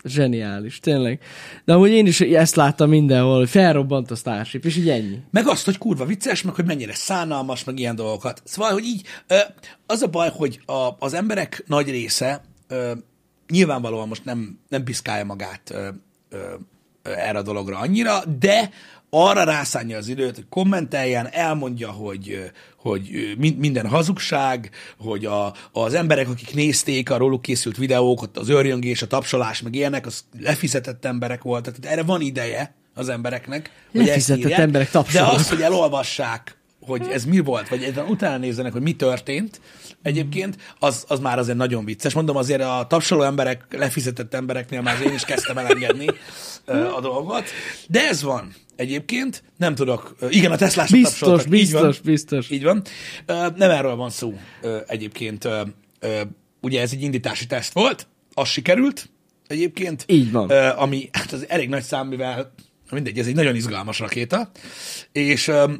B: Zseniális, tényleg. De amúgy én is ezt láttam mindenhol, hogy felrobbant a Starship, és így ennyi.
A: Meg azt, hogy kurva vicces, meg hogy mennyire szánalmas, meg ilyen dolgokat. Szóval, hogy így ö, az a baj, hogy a, az emberek nagy része ö, nyilvánvalóan most nem, nem piszkálja magát ö, ö, ö, erre a dologra annyira, de arra rászánja az időt, hogy kommenteljen, elmondja, hogy, ö, hogy ö, min- minden hazugság, hogy a, az emberek, akik nézték a róluk készült videókat, az őrjöngés, a tapsolás, meg ilyenek, az lefizetett emberek voltak. Tehát erre van ideje az embereknek, hogy ezt
B: Lefizetett
A: írják.
B: emberek
A: De
B: tapsolnak.
A: az, hogy elolvassák, hogy ez mi volt, vagy egyáltalán utána nézzenek, hogy mi történt egyébként, az, az már azért nagyon vicces. Mondom, azért a tapsoló emberek, lefizetett embereknél már én is kezdtem elengedni ö, a dolgot. De ez van egyébként, nem tudok. Ö, Igen, a Teslás
B: Biztos,
A: tapsoltak. Így van.
B: biztos, biztos.
A: Így van. Ö, Nem erről van szó ö, egyébként. Ö, ö, Ugye ez egy indítási teszt volt, az sikerült egyébként.
B: Így van.
A: Ö, Ami hát az elég nagy szám, mivel mindegy, ez egy nagyon izgalmas rakéta. És ö,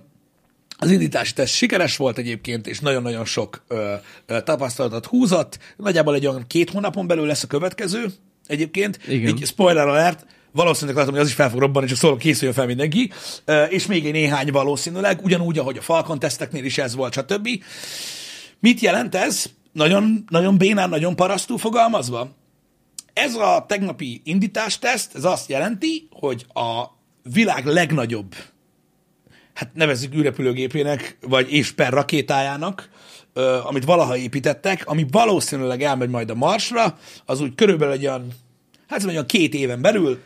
A: az indítási teszt sikeres volt egyébként, és nagyon-nagyon sok ö, ö, tapasztalatot húzott. Nagyjából egy olyan két hónapon belül lesz a következő egyébként.
B: Igen.
A: Így spoiler alert, valószínűleg látom, hogy az is fel fog robbanni, csak szólok, készüljön fel mindenki, Ö, és még egy néhány valószínűleg, ugyanúgy, ahogy a Falcon teszteknél is ez volt, stb. Mit jelent ez? Nagyon, nagyon bénán, nagyon parasztú fogalmazva? Ez a tegnapi indításteszt, ez azt jelenti, hogy a világ legnagyobb, hát nevezzük űrrepülőgépének, vagy és per rakétájának, ö, amit valaha építettek, ami valószínűleg elmegy majd a Marsra, az úgy körülbelül egy olyan, hát szóval olyan két éven belül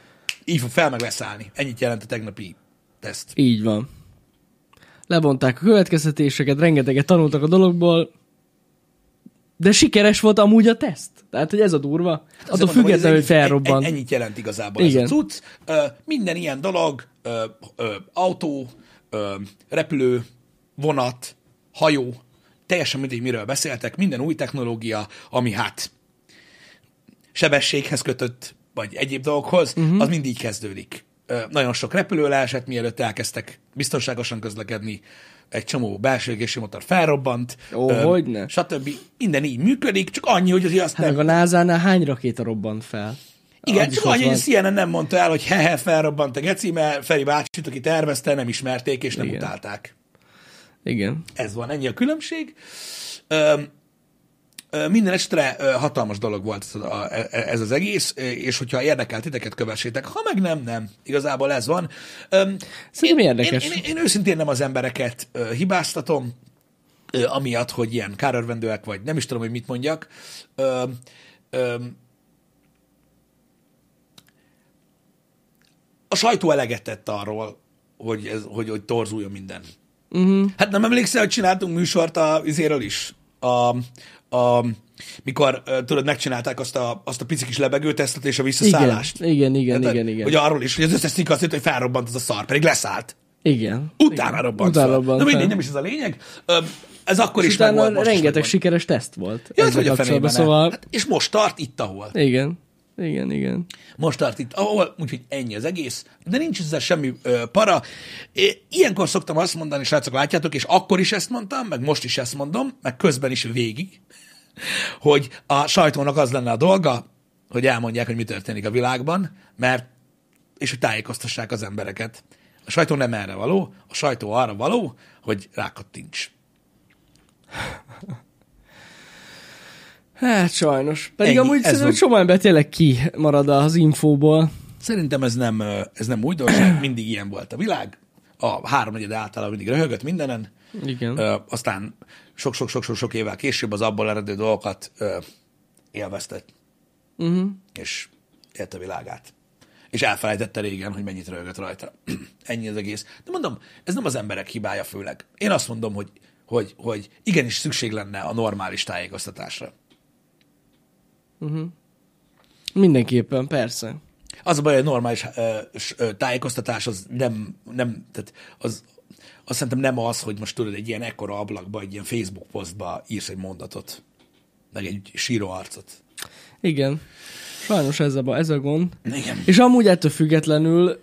A: így fog fel meg leszállni. Ennyit jelent a tegnapi teszt.
B: Így van. Lebonták a következtetéseket, rengeteget tanultak a dologból, de sikeres volt amúgy a teszt. Tehát, hogy ez a durva. Hát Attól
A: Azért mondom,
B: függetlenül, hogy
A: ez ennyi-
B: felrobbant.
A: Ennyit jelent igazából Igen.
B: Igen.
A: ez a cucc. Ö, Minden ilyen dolog, ö, ö, autó, ö, repülő, vonat, hajó, teljesen mindegy, miről beszéltek, minden új technológia, ami hát sebességhez kötött, vagy egyéb dolgokhoz,
B: Mhm.
A: uh-huh. az mindig így kezdődik. Ö, Nagyon sok repülő leesett, mielőtt elkezdtek biztonságosan közlekedni, egy csomó belső égési motor felrobbant,
B: Ó,
A: ö,
B: hogyne.
A: stb. Minden így működik, csak annyi, hogy azért azt
B: Hát
A: nem
B: meg a NASA-nál hány rakéta robbant fel?
A: igen,
B: Az
A: csak
B: is ott
A: annyi,
B: van.
A: hogy CNN nem mondta el, hogy hehe, felrobbant a geci, mert Feri bácsit, aki tervezte, nem ismerték és nem Igen.
B: Igen.
A: utálták.
B: Igen.
A: Ez van, ennyi a különbség. Öm, ö, minden esetre ö, hatalmas dolog volt ez, a- a- ez az egész, ö, és hogyha érdekel titeket, kövessétek. Ha meg nem, nem. Igazából ez van. Öm,
B: Szerintem
A: én-
B: érdekes.
A: Én, én, én őszintén nem az embereket ö, hibáztatom, ö, amiatt, hogy ilyen kárörvendőek vagy, nem is tudom, hogy mit mondjak. Öm, öm, a sajtó eleget tett arról, hogy, ez, hogy, hogy torzuljon minden.
B: Mhm.
A: Uh-huh. Hát nem emlékszel, hogy csináltunk műsort a izéről is? A, a, mikor, ö, tudod, megcsinálták azt a, azt a pici kis lebegőtesztet és a
B: Igen,
A: visszaszállást.
B: igen, igen,
A: Érted?
B: igen, igen.
A: Hogy arról is, hogy az összes cikk azt írta, hogy felrobbant az a szar, pedig leszállt.
B: Igen.
A: Utána
B: Igen.
A: robbant
B: Utána
A: fel.
B: robbant
A: Na mindegy,
B: fel.
A: nem is ez a lényeg. Ö, Ez akkor
B: És
A: is meg
B: utána
A: volt, most is
B: rengeteg
A: megvan.
B: sikeres teszt volt.
A: Ja, hát
B: ezzel
A: hogy a
B: kapcsolatban,
A: fenében szóval...
B: szóval...
A: hát, És most tart itt, ahol.
B: Igen, igen, igen.
A: Most tart itt, ahol, úgyhogy ennyi az egész. De nincs ezzel semmi ö, para. É, Ilyenkor szoktam azt mondani, srácok, látjátok, és akkor is ezt mondtam, meg most is ezt mondom, meg közben is végig, hogy a sajtónak az lenne a dolga, hogy elmondják, hogy mi történik a világban, mert és hogy tájékoztassák az embereket. A sajtó nem erre való, a sajtó arra való, hogy rákattints.
B: Hát sajnos. Pedig
A: Ennyi,
B: Ennyi, amúgy
A: ez
B: szerintem
A: van.
B: csomó ember tényleg kimarad az infóból.
A: Szerintem ez nem, ö, ez nem újdonság, mindig ilyen volt a világ. A háromnegyed általában mindig röhögött mindenen.
B: Igen.
A: Ö, aztán sok-sok-sok-sok évvel később az abból eredő dolgokat ö, élvezte,
B: Uh-huh.
A: és élt a világát. És elfelejtette régen, hogy mennyit röhögött rajta. Ennyi az egész. De mondom, ez nem az emberek hibája főleg. Én azt mondom, hogy, hogy, hogy igenis szükség lenne a normális tájékoztatásra.
B: Mindenképpen, persze.
A: Az a baj, hogy a normális ö, s- ö, tájékoztatás az nem, nem tehát az, azt szerintem nem az, hogy most tudod, egy ilyen ekkora ablakba, egy ilyen Facebook posztba írsz egy mondatot, meg egy síró arcot.
B: Igen. Sajnos ez a, ba- ez a gond.
A: Igen.
B: És amúgy ettől függetlenül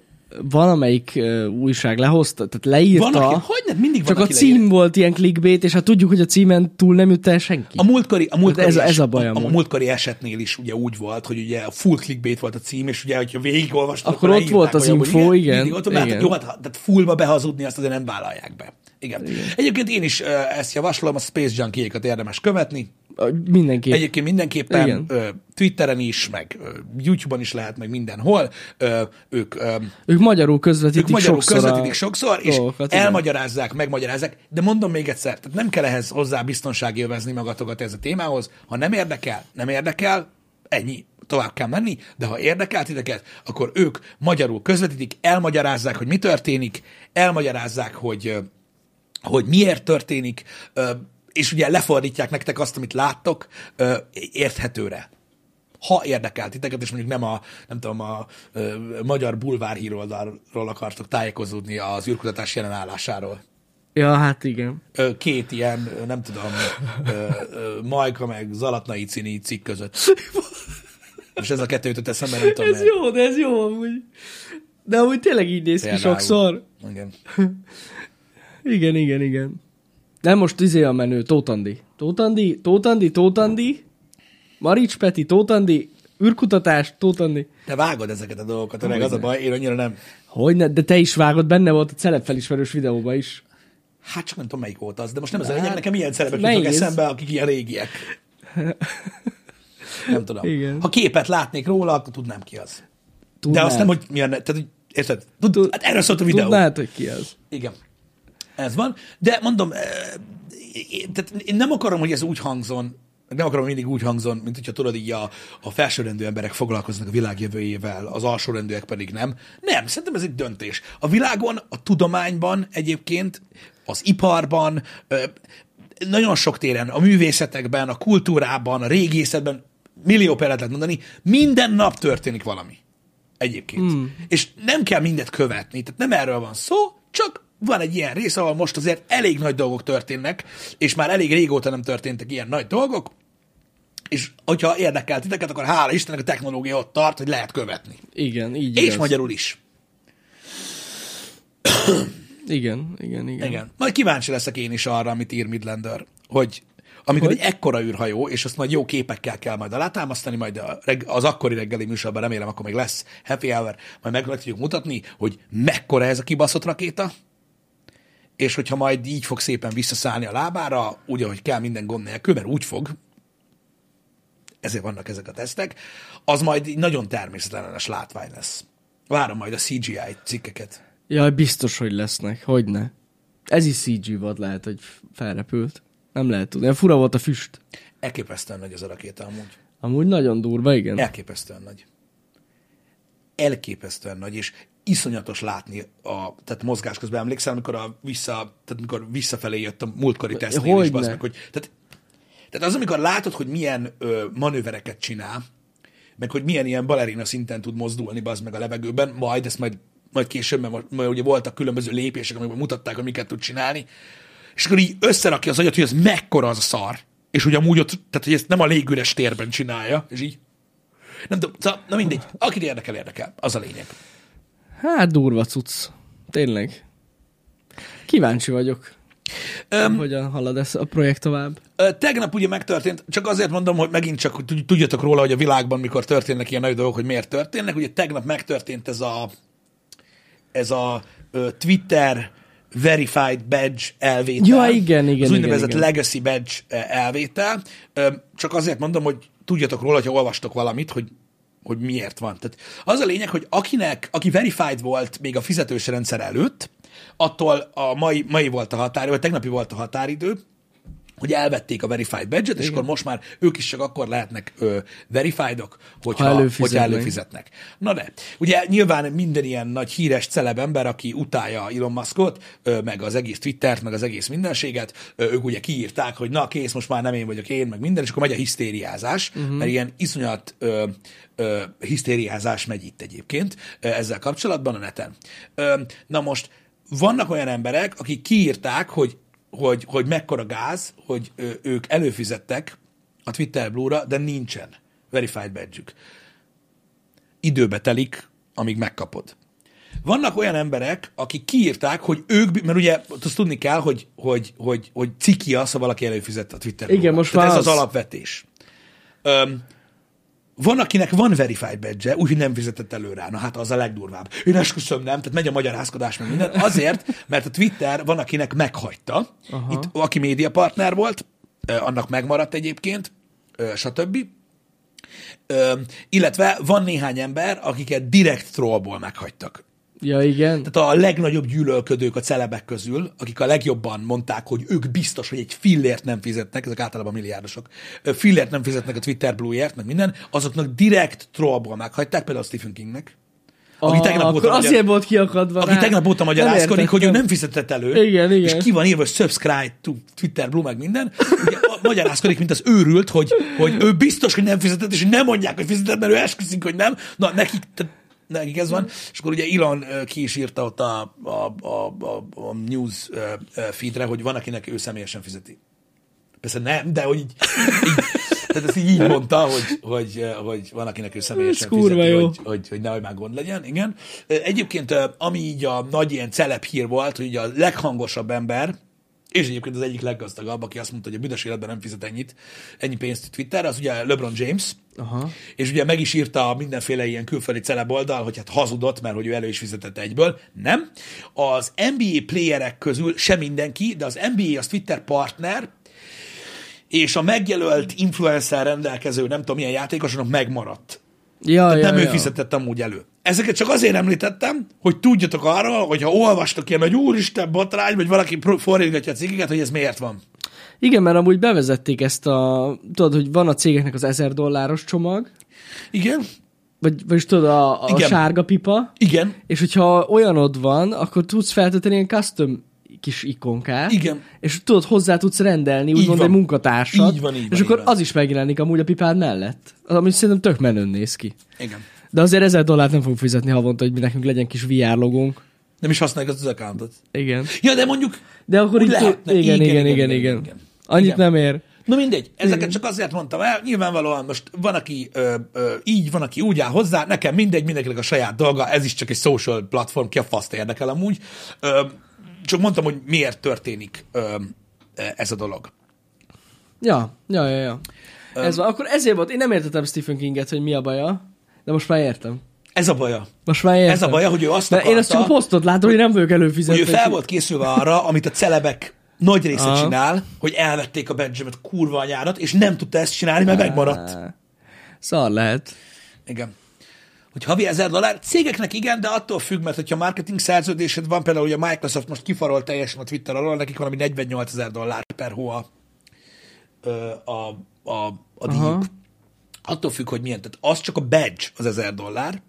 B: valamelyik uh, újság lehozta, tehát leírta.
A: Van, aki, hogy nem, mindig van,
B: csak a
A: aki
B: cím
A: leírja.
B: volt ilyen clickbait, és hát tudjuk, hogy a címen túl nem jut el senki.
A: A múltkori, a múltkori,
B: ez a- ez a
A: eset-
B: baj
A: a, a
B: amúgy.
A: múltkori esetnél is ugye úgy volt, hogy ugye a full clickbait volt a cím, és ugye, hogyha végigolvastad,
B: Akkor ott
A: leírták,
B: volt az
A: hogy amúgy
B: info, igen,
A: mindig ott, igen. Hát,
B: igen.
A: jó, hát, tehát fullba behazudni, azt azért nem vállalják be. Igen. igen. Egyébként én is ö, ezt javaslom, a Space Junkie-ékat érdemes követni.
B: A- Mindenképp. Egy...
A: Egyébként mindenképpen
B: Igen.
A: ö, Twitteren is, meg ö, YouTube-on is lehet, meg mindenhol. Ö, ők ö,
B: Ők magyarul közvetítik
A: ők magyarul
B: sokszor.
A: közvetítik
B: a...
A: sokszor, és
B: dolgokat, igen.
A: elmagyarázzák, megmagyarázzák, de mondom még egyszer, tehát nem kell ehhez hozzá biztonsági övezni magatokat ez a témához. Ha nem érdekel, nem érdekel, ennyi, tovább kell menni, de ha érdekel titeket, akkor ők magyarul közvetítik, elmagyarázzák, hogy mi történik, elmagyarázzák, hogy ö, hogy miért történik, ö, és ugye lefordítják nektek azt, amit láttok, ö, érthetőre. Ha érdekel titeket, és mondjuk nem a, nem tudom, a ö, magyar bulvár híroldalról akartok tájékozódni az űrkutatás jelenállásáról.
B: Ja, hát igen.
A: Ö, Két ilyen, ö, nem tudom, ö, ö, Majka meg Zalatnai cíni cikk között. Most ez a kettő jutott eszembe, nem tudom.
B: Ez jó, de ez jó amúgy. De amúgy tényleg így néz ki
A: Például.
B: sokszor.
A: Igen.
B: Igen, igen, igen. Nem most izé a menő, Tótandi. Tótandi, Tótandi, Tótandi, Marics Peti, Tótandi, űrkutatás, Tótandi.
A: Te vágod ezeket a dolgokat, öreg, az a baj, én annyira nem.
B: Hogyne, de te is vágod, benne volt a celebfelismerős videóban is.
A: Hát csak nem tudom, melyik volt az, de most nem ez a lényeg,
B: Hát,
A: nekem ilyen szerepek
B: nehéz.
A: jutnak eszembe, akik ilyen régiek. Nem tudom.
B: Igen.
A: Ha képet látnék róla, akkor tudnám ki az. De
B: Tudnád.
A: azt nem, hogy milyen, tehát, hogy érted? Tud,
B: Tud-
A: hát erről szólt a videó.
B: Tudnád, hogy ki az.
A: Igen. Ez van. De mondom, eh, én- tehát én nem akarom, hogy ez úgy hangzon, nem akarom, hogy mindig úgy hangzon, mint hogyha tudod, így a, a felsőrendű emberek foglalkoznak a világ jövőjével, az alsórendűek pedig nem. Nem, szerintem ez egy döntés. A világon, a tudományban egyébként, az iparban, ö, nagyon sok téren, a művészetekben, a kultúrában, a régészetben, millió példát lehet mondani, minden nap történik valami egyébként. Mm. És nem kell mindet követni, tehát nem erről van szó, csak van egy ilyen rész, ahol most azért elég nagy dolgok történnek, és már elég régóta nem történtek ilyen nagy dolgok, és hogyha érdekel titeket, akkor hála Istennek a technológia ott tart, hogy lehet követni.
B: Igen, így
A: Igaz. És
B: igaz.
A: magyarul is.
B: Igen, igen, igen.
A: Igen. Majd kíváncsi leszek én is arra, amit ír Midlander, hogy amikor hogy? egy ekkora űrhajó, és azt majd jó képekkel kell majd alátámasztani, majd a reg- az akkori reggeli műsorban remélem, akkor még lesz happy hour, majd meg meg tudjuk mutatni, hogy mekkora ez a kibaszott rakéta, és hogyha majd így fog szépen visszaszállni a lábára, úgy, ahogy kell minden gond nélkül, mert úgy fog, ezért vannak ezek a tesztek, az majd így nagyon természetellenes látvány lesz. Várom majd a CGI cikkeket.
B: Jaj, biztos, hogy lesznek. Hogyne. Ez is CG volt, lehet, hogy felrepült. Nem lehet tudni. Olyan Fura volt a füst.
A: Elképesztően nagy ez a rakéta amúgy.
B: Amúgy nagyon durva, igen.
A: Elképesztően nagy. Elképesztően nagy, és iszonyatos látni a tehát mozgás közben. Emlékszel, amikor a vissza, tehát amikor visszafelé jött a múltkori tesztnél, és
B: Hogyne.
A: bazd meg, hogy, tehát, tehát az, amikor látod, hogy milyen ö, manővereket csinál, meg hogy milyen ilyen balerina szinten tud mozdulni, bazd meg a levegőben, majd ezt majd, majd később, mert, most- mert ugye voltak különböző lépések, amikben mutatták, hogy miket tud csinálni, és akkor így összerakja az agyat, hogy ez mekkora az a szar, és hogy amúgy ott, tehát hogy ezt nem a légüres térben csinálja, és így nem tudom, szóval, na mindegy, akit érdekel, érdekel, az a lényeg.
B: Hát durva cucc. Tényleg. Kíváncsi vagyok.
A: Öm,
B: Hogyan halad ez a projekt tovább?
A: Ö, Tegnap ugye megtörtént, csak azért mondom, hogy megint csak hogy tudj- tudjatok róla, hogy a világban, mikor történnek ilyen nagy dolgok, hogy miért történnek. Ugye tegnap megtörtént ez a, ez a ö, Twitter verified badge elvétel.
B: Ja, igen, igen,
A: Az
B: igen,
A: úgynevezett
B: igen.
A: legacy badge eh, elvétel. Ö, Csak azért mondom, hogy tudjatok róla, hogyha olvastok valamit, hogy hogy miért van. Tehát az a lényeg, hogy akinek, aki verified volt még a fizetős rendszer előtt, attól a mai, mai volt a határidő, vagy tegnapi volt a határidő, hogy elvették a verified badge és akkor most már ők is csak akkor lehetnek ö, verified-ok, hogyha,
B: Ha
A: ha
B: előfizetnek.
A: hogyha előfizetnek. Na de, ugye nyilván minden ilyen nagy híres celeb ember, aki utálja Elon Muskot, ö, meg az egész Twittert, meg az egész mindenséget, ö, ők ugye kiírták, hogy na kész, most már nem én vagyok én, meg minden, és akkor megy a hisztériázás, uh-huh. mert ilyen iszonyat ö, ö, hisztériázás megy itt egyébként ö, ezzel kapcsolatban a neten. Ö, na most, vannak olyan emberek, akik kiírták, hogy, hogy, hogy mekkora gáz, hogy ö, ők előfizettek a Twitter Blue-ra, de nincsen verified badge időbe telik, amíg megkapod. Vannak olyan emberek, akik kiírták, hogy ők, mert ugye azt tudni kell, hogy, hogy, hogy, hogy ciki az, ha valaki előfizet a Twitter.
B: Igen, most
A: Tehát ez
B: már
A: az
B: az.
A: alapvetés. Öm, van, akinek van verified badge úgyhogy nem fizetett elő rá. Na hát az a legdurvább. Én esküszöm nem, tehát megy a magyarázkodás meg minden. Azért, mert a Twitter van, akinek meghagyta. Aha. Itt, aki médiapartner volt, ö, annak megmaradt egyébként, ö, stb. Ö, illetve van néhány ember, akiket direkt trollból meghagytak.
B: Ja, igen.
A: Tehát a legnagyobb gyűlölködők a celebek közül, akik a legjobban mondták, hogy ők biztos, hogy egy fillért nem fizetnek, ezek általában milliárdosok, ö, fillért nem fizetnek a Twitter Blue-ért, meg minden, azoknak direkt trollból meghagyták, például Stephen Kingnek. Aki
B: A-
A: tegnap
B: akkor
A: óta magyar-
B: azért volt kiakadva.
A: Aki
B: rá.
A: tegnap óta
B: Nem
A: magyarázkodik, hogy ő
B: értettem.
A: nem fizetett elő,
B: Igen, igen.
A: és ki van írva, hogy subscribe to Twitter Blue, meg minden, ugye, a- magyarázkodik, mint az őrült, hogy, hogy ő biztos, hogy nem fizetett, és nem mondják, hogy fizetett, mert ő esküszik, hogy nem. Na, nekik, tehát nekik ez van. És akkor ugye Elon ö, ki is írta ott a, a, a, a, a news ö, ö, feedre, hogy van, akinek ő személyesen fizeti. Persze nem, de hogy így, így tehát ezt így, így mondta, hogy, hogy, eh, hogy van, akinek ő személyesen
B: Ez kurva
A: fizeti,
B: jó.
A: hogy, hogy, hogy nehogy már gond legyen, igen. Eh, Egyébként, ami így a nagy ilyen celeb hír volt, hogy ugye a leghangosabb ember, és egyébként az egyik leggazdagabb, aki azt mondta, hogy a büdös életben nem fizet ennyit, ennyi pénzt Twitterre, az ugye LeBron James,
B: Aha.
A: és ugye meg is írta a mindenféle ilyen külföldi celeb oldal, hogy hát hazudott, mert hogy ő elő is fizetett egyből. Nem. Az NBA playerek közül sem mindenki, de az NBA az Twitter partner, és a megjelölt influencer rendelkező, nem tudom milyen játékosnak megmaradt.
B: Ja, ja,
A: Nem
B: ja.
A: ő fizetett amúgy elő. Ezeket csak azért említettem, hogy tudjatok arról, hogy ha olvastok ilyen, hogy úristen, botrány, vagy valaki pro- fordítgatja a cikkeket, hogy ez miért van.
B: Igen, mert amúgy bevezették ezt a, tudod, hogy van a cégeknek az 1000 dolláros csomag,
A: Igen?
B: vagy, vagyis tudod, a, a
A: Igen.
B: sárga pipa,
A: Igen.
B: és hogyha olyanod van, akkor tudsz feltölteni ilyen custom kis ikonkát.
A: Igen.
B: És tudod, hozzá tudsz rendelni,
A: Így
B: úgymond
A: van.
B: egy munkatársat.
A: Így van, így van,
B: És
A: így
B: akkor
A: van.
B: az is megjelenik amúgy a pipád mellett. Az, Ami szerintem tök menőn néz ki.
A: Igen.
B: De azért 1000 dollárt nem fogunk fizetni havonta, hogy mi nekünk legyen kis VR logónk.
A: Nem is használják azt az accountot.
B: Igen.
A: Ja, de mondjuk...
B: De akkor
A: úgy
B: így...
A: lehetne.
B: Igen, igen, igen, igen, igen, Annyit
A: Igen.
B: nem ér.
A: Na mindegy, ezeket csak azért mondtam el, nyilvánvalóan most van, aki ö, ö, így, van, aki úgy áll hozzá, nekem mindegy, mindenkinek a saját dolga, ez is csak egy social platform, ki a faszt érdekel amúgy. Ö, csak mondtam, hogy miért történik ö, ez a dolog.
B: Ja, ja, ja, ja. Ez van. Akkor ezért volt. Én nem értettem Stephen Kinget, hogy mi a baja, de most már értem.
A: Ez a baja.
B: Most már értem.
A: Ez a baja, hogy ő azt
B: De
A: akarta,
B: én azt csak a posztot látom, hogy nem vagyok előfizetve.
A: hogy ő fel volt készülve arra, amit a celebek nagy része
B: Aha.
A: csinál, hogy elvették a badge kurva anyádat, és nem tudta ezt csinálni, mert megmaradt.
B: Szar lehet.
A: Igen. Hogy havi 1000 dollár, cégeknek igen, de attól függ, mert hogyha marketing szerződésed van, például ugye Microsoft most kifarolt teljesen a Twitter alól, nekik valami 48 ezer dollár per hó a, ö, a, a, a díjuk. Attól függ, hogy milyen. Tehát az csak a badge az 1000 dollár,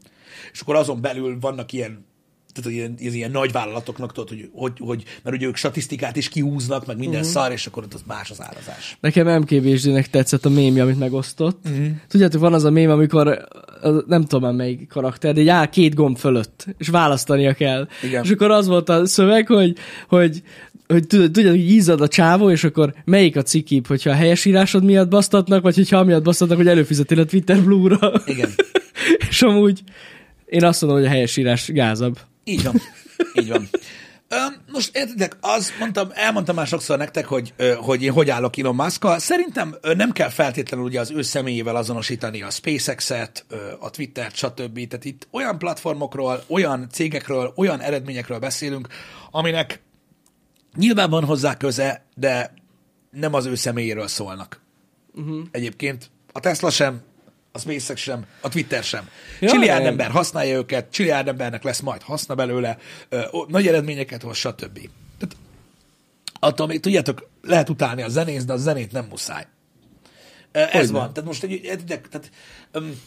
A: és akkor azon belül vannak ilyen tehát ilyen, ilyen, ilyen nagy vállalatoknak tudod, hogy, hogy, hogy, mert ugye ők statisztikát is kihúznak, meg minden uh-huh. szar, és akkor ott az más az árazás.
B: Nekem MKBSD-nek tetszett a mémje, amit megosztott.
A: Mhm.
B: Uh-huh. Tudjátok, van az a mém, amikor az- nem tudom már melyik karakter, de így áll két gomb fölött, és választania kell.
A: Igen.
B: És akkor az volt a szöveg, hogy, hogy, hogy tudod- tudjátok, így izzad a csávó, és akkor melyik a cikibb, hogyha a helyesírásod miatt basztatnak, vagy hogyha amiatt basztatnak, hogy előfizetél a Twitter Blue-ra.
A: Igen.
B: és amúgy én azt mondom, hogy a helyesírás gázabb.
A: Így van. Így van. Öm, most értitek, az mondtam, elmondtam már sokszor nektek, hogy, ö, hogy én hogy állok Elon musk Szerintem ö, nem kell feltétlenül ugye az ő személyével azonosítani a SpaceX-et, ö, a Twittert, stb. Tehát itt olyan platformokról, olyan cégekről, olyan eredményekről beszélünk, aminek nyilván van hozzá köze, de nem az ő személyéről szólnak. Uh-huh. Egyébként a Tesla sem, a SpaceX sem, a Twitter sem.
B: Ja,
A: Csilliárd
B: nem.
A: ember használja őket, csilliárd embernek lesz majd haszna belőle, ö, ó, nagy eredményeket hoz, stb. Tehát attól még, tudjátok, lehet utálni a zenész, de a zenét nem muszáj. Ö, Ez
B: Hogyne.
A: van. Tehát most egy, értitek, tehát, öm,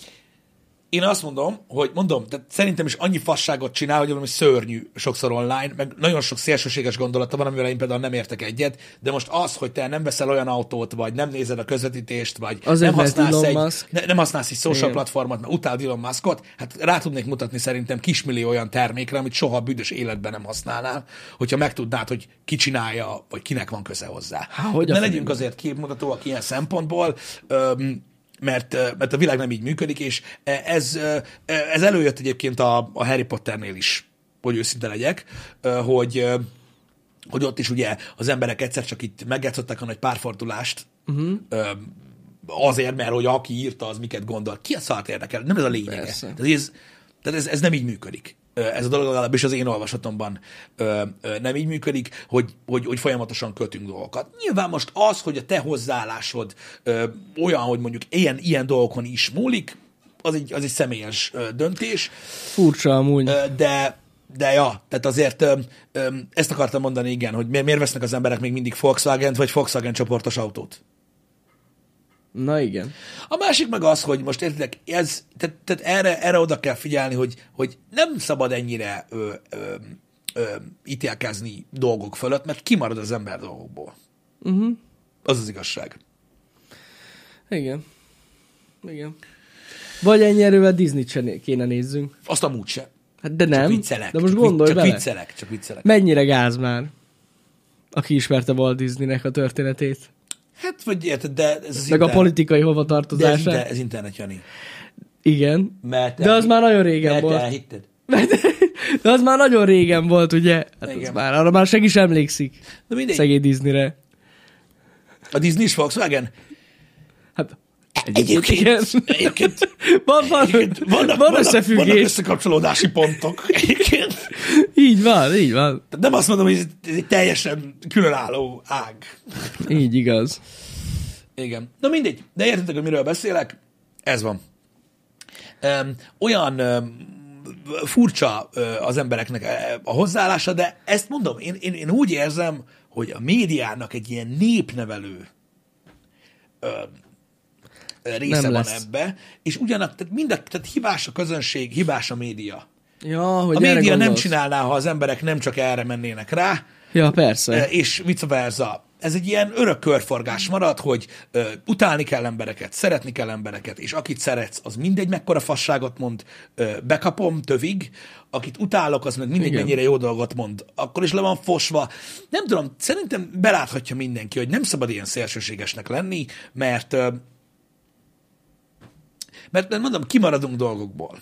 A: én azt mondom, hogy mondom, tehát szerintem is annyi fasságot csinál, hogy valami szörnyű sokszor online, meg nagyon sok szélsőséges gondolata van, amivel én például nem értek egyet, de most az, hogy te nem veszel olyan autót, vagy nem nézed a közvetítést, vagy
B: Azért
A: nem
B: lehet
A: használsz,
B: Elon
A: egy,
B: Musk.
A: ne, nem használsz egy social
B: Igen.
A: platformot, mert utáld Elon Muskot, hát rá tudnék mutatni szerintem kismillió olyan termékre, amit soha a büdös életben nem használnál, hogyha megtudnád, hogy ki csinálja, vagy kinek van köze hozzá.
B: Há, hogy a
A: ne
B: fenében?
A: legyünk azért képmutatóak ilyen szempontból, öm, mert, ö, mert a világ nem így működik, és e, ez, ö, ez előjött egyébként a, a Harry Potternél is, hogy őszinte legyek, ö, hogy ö, hogy ott is ugye az emberek egyszer csak itt megjátszották a nagy párfordulást,
B: Mhm.
A: uh-huh. azért, mert hogy aki írta, az miket gondol. Ki a szart érdekel? Nem ez a lényege.
B: Persze.
A: Tehát, ez, tehát ez, ez nem így működik. Ö, Ez a dolog legalábbis az én olvasatomban ö, ö, nem így működik, hogy, hogy, hogy folyamatosan kötünk dolgokat. Nyilván most az, hogy a te hozzáállásod ö, olyan, hogy mondjuk ilyen, ilyen dolgokon is múlik, az egy, az egy személyes ö, döntés,
B: Furcsa amúgy.
A: Ö, de de ja, tehát azért öm, öm, ezt akartam mondani, igen, hogy miért, miért vesznek az emberek még mindig Volkswagen-t vagy Volkswagen csoportos autót.
B: Na igen.
A: A másik meg az, hogy most értitek, ez, tehát, tehát erre, erre oda kell figyelni, hogy, hogy nem szabad ennyire ö, ö, ö, ítélkezni dolgok fölött, mert kimarad az ember dolgokból. Uh-huh.
B: Mhm.
A: Az az igazság.
B: Igen. Igen. Vagy ennyi erővel Disney-t se né- kéne nézzünk.
A: Azt amúgy se.
B: Hát de
A: Csak
B: nem.
A: viccelek.
B: De most
A: csak, vic-
B: gondolj
A: csak
B: bele.
A: viccelek, csak viccelek.
B: Mennyire gáz már, aki ismerte Walt Disneynek a történetét.
A: Hát, vagy érted, de ez az
B: Meg a
A: internet-
B: politikai
A: de ez,
B: hovatartozása.
A: inter, ez internet, Jani.
B: Igen.
A: Mert
B: De az
A: elhi-
B: már nagyon régen
A: Mert
B: volt.
A: elhitted.
B: De az már nagyon régen volt, ugye? Hát az
A: Igen.
B: már, arra már senki sem emlékszik.
A: Na mindegy.
B: Szegény Disneyre.
A: A Disney is Volkswagen?
B: Hát,
A: Egyébként.
B: igen.
A: Egyébként.
B: Van, van,
A: Egyébként
B: van, van
A: vannak
B: összefüggés.
A: összekapcsolódási pontok. Egyébként.
B: Így van, így van.
A: Tehát nem azt mondom, hogy ez ez egy teljesen különálló ág.
B: Így igaz.
A: Igen. Na mindegy, de értitek, hogy miről beszélek? Ez van. Öm, olyan öm, furcsa ö, az embereknek ö, a hozzáállása, de ezt mondom, én, én, én úgy érzem, hogy a médiának egy ilyen népnevelő ö, része
B: Nem
A: van
B: lesz.
A: ebbe, és ugyanak, tehát mind a, tehát hibás a közönség, hibás a média.
B: Ja, hogy
A: A
B: erre
A: média nem
B: gondolsz.
A: csinálná, ha az emberek nem csak erre mennének rá,
B: Ja, persze.
A: Ö, és vice versa. Ez egy ilyen örök körforgás marad, hogy ö, utálni kell embereket, szeretni kell embereket, és akit szeretsz, az mindegy mekkora fasságot mond, ö, bekapom tövig, akit utálok, az meg mindegy
B: Igen.
A: mennyire jó dolgot mond, akkor is le van fosva. Nem tudom, szerintem beláthatja mindenki, hogy nem szabad ilyen szélsőségesnek lenni, mert, ö, mert, mert mondom, kimaradunk dolgokból.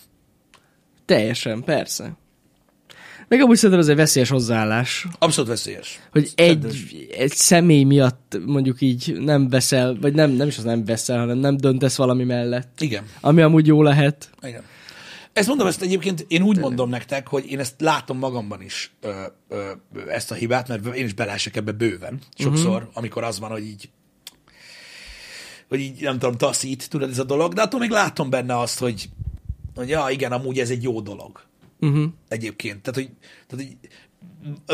B: Teljesen, persze. Meg amúgy szerintem ez egy veszélyes hozzáállás,
A: Abszolút veszélyes.
B: hogy egy, egy személy miatt mondjuk így nem veszel, vagy nem, nem is az nem veszel, hanem nem döntesz valami mellett,
A: Igen.
B: ami amúgy jó lehet.
A: Igen. Ezt mondom, ezt egyébként én úgy mondom nektek, hogy én ezt látom magamban is, ö, ö, ö, ezt a hibát, mert én is beleesek ebbe bőven sokszor, uh-huh. amikor az van, hogy így hogy így, nem tudom, taszít, tudod, ez a dolog, de attól még látom benne azt, hogy, hogy ja, igen, amúgy ez egy jó dolog
B: Uh-huh.
A: egyébként. Tehát, hogy, tehát, hogy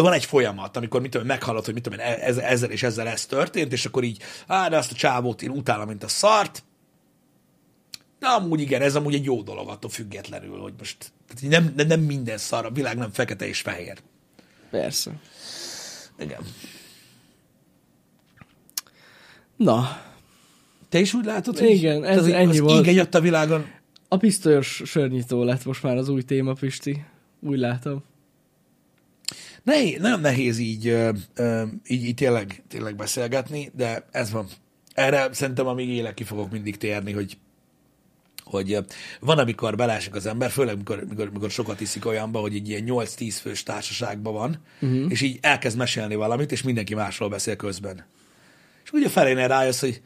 A: van egy folyamat, amikor mit tudom, én, meghallod, hogy mit tudom, én, e, ez, ezzel és ezzel ez történt, és akkor így, á, de azt a csávót én utálom, mint a szart. De amúgy igen, ez amúgy egy jó dolog attól függetlenül, hogy most tehát így nem, nem, nem minden szar, a világ nem fekete és fehér.
B: Persze.
A: Igen.
B: Na,
A: Te is úgy látod,
B: Igen, ez
A: az,
B: ennyi
A: az
B: volt.
A: Igen, jött a világon.
B: a pisztolyos sörnyitó lett most már az új téma, Pisti. Úgy látom.
A: Nehé, nagyon nehéz így, ö, ö, így, így tényleg, tényleg beszélgetni, de ez van. Erre szerintem, amíg élek, ki fogok mindig térni, hogy hogy ö, van, amikor belásik az ember, főleg mikor, mikor, mikor sokat iszik olyanba, hogy egy ilyen 8-10 fős társaságban van, uh-huh.
B: Mhm.
A: és így elkezd mesélni valamit, és mindenki másról beszél közben. És úgy a felénél rájössz, hogy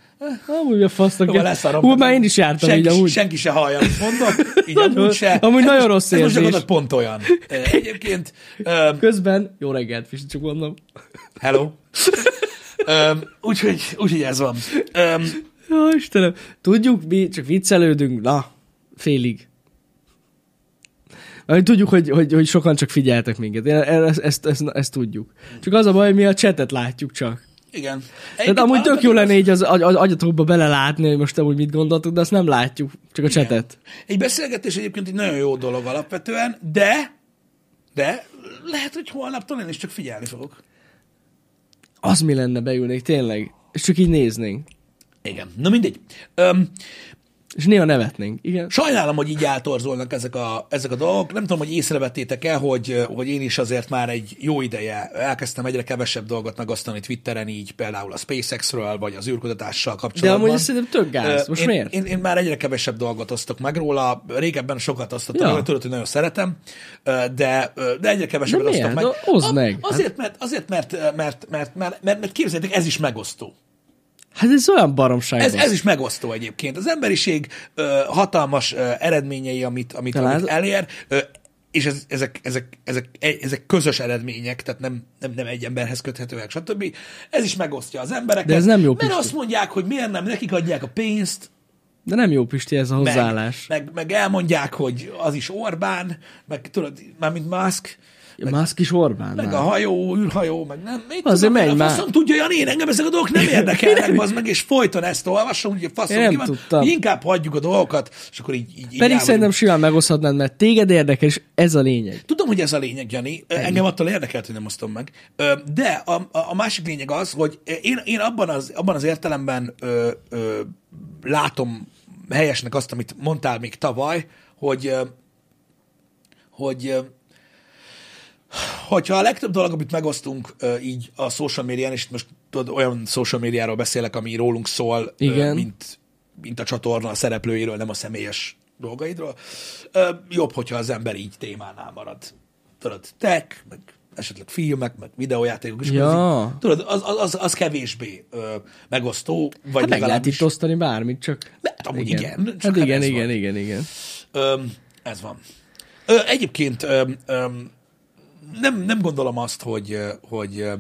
B: Amúgy a fasznak.
A: jó, leszarom.
B: Hú, már én is jártam
A: senki,
B: így amúgy.
A: Senki se hallja, amit mondok, így amúgy se.
B: Amúgy nagyon rossz
A: ez most
B: érzés.
A: gyakorlatilag pont olyan. Ö, Egyébként, ö,
B: Közben, jó reggelt, Pisti, csak mondom.
A: hello. Ö, Úgyhogy úgyhogy ez van. Ö,
B: Jó, Istenem. Tudjuk, mi csak viccelődünk, na, félig. Mert tudjuk, hogy, hogy, hogy sokan csak figyeltek minket. Én- e-, Ezt, ezt, ezt, ezt, tudjuk. Csak az a baj, hogy mi a csetet látjuk csak.
A: Igen.
B: Tehát amúgy tök jó lenne így az agy- agy- agyatokba belelátni, hogy most amúgy mit gondoltok, de azt nem látjuk, csak a
A: hát
B: csetet.
A: Egy beszélgetés egyébként egy nagyon jó dolog alapvetően, de, de lehet, hogy holnaptól én is csak figyelni fogok.
B: Az mi lenne beülnék, tényleg. És csak így néznénk.
A: Igen. Na mindegy. Öm,
B: És néha nevetnénk. Igen.
A: sajnálom, hogy így eltorzolnak ezek a, ezek a dolgok. Nem tudom, hogy észrevettétek-e, hogy, hogy én is azért már egy jó ideje elkezdtem egyre kevesebb dolgot megosztani Twitteren, így például a SpaceX-ről, vagy az űrkutatással
B: De
A: kapcsolatban.
B: amúgy ez szerintem tök gáz.
A: Ö,
B: Most
A: én,
B: miért?
A: Én, én már egyre kevesebb dolgot osztok meg róla, régebben sokat osztottam,
B: Ja.
A: ja. tudod, hogy nagyon szeretem, ö, de, ö, de egyre kevesebbet
B: De miért?
A: osztok meg.
B: De oszd
A: A-
B: meg.
A: Azért, mert, azért mert, mert, mert, mert, mert, mert, mert képzeljétek, ez is megosztó.
B: Hát ez olyan baromság.
A: Ez,
B: volt.
A: ez is megosztó egyébként. Az emberiség ö, hatalmas ö, eredményei, amit, amit,
B: Talán-
A: amit elér, ö, és ez, ezek, ezek, ezek, e- ezek közös eredmények, tehát nem, nem, nem egy emberhez köthetőek, stb. Ez is megosztja az embereket.
B: De ez nem jó,
A: Mert
B: Pisti.
A: azt mondják, hogy miért nem nekik adják a pénzt,
B: De nem jó, Pisti, ez a hozzáállás.
A: meg, meg, meg elmondják, hogy az is Orbán, meg tudod, már mint Musk,
B: Ja, Musk is Orbán.
A: meg
B: már.
A: a hajó, űrhajó, meg nem. Mit
B: Azért
A: tudom,
B: menj
A: a
B: már.
A: faszom tudja, Jani, én engem ezek a dolgok nem érdekelnek, az meg, és folyton ezt olvasom, hogy a faszom
B: Én nem
A: ki van,
B: tudtam.
A: hogy inkább hagyjuk a dolgokat, és akkor így, így, így el
B: Pedig
A: vagyunk.
B: szerintem simán megoszthatnád, mert téged érdekel, és ez a lényeg.
A: Tudom, hogy ez a lényeg, Jani. Ö, Engem attól érdekelt, hogy nem osztom meg. Ö, De a, a a másik lényeg az, hogy én, én abban, az, abban az értelemben ö, ö, látom helyesnek azt, amit mondtál még tavaly, hogy ö, hogy ö, hogyha a legtöbb dolog, amit megosztunk ö, így a social médián, és itt most tudod, olyan social médiáról beszélek, ami rólunk szól, ö,
B: Igen.
A: mint, mint a csatorna a szereplőiről, nem a személyes dolgaidról, ö, jobb, hogyha az ember így témánál marad. Tudod, tech, meg esetleg filmek, meg videójátékok, és akkor
B: Ja.
A: az, így- tudod, az, az- az, az kevésbé ö, megosztó, vagy
B: Hát meg lehet
A: legalábbis...
B: itt osztani bármit, csak...
A: Lehet, amúgy igen. Csak
B: Hát
A: nem
B: igen,
A: ez
B: igen,
A: van.
B: igen, igen.
A: Öm, ez van. Ö, egyébként öm, öm, nem, nem gondolom azt, hogy, ö, hogy, ö,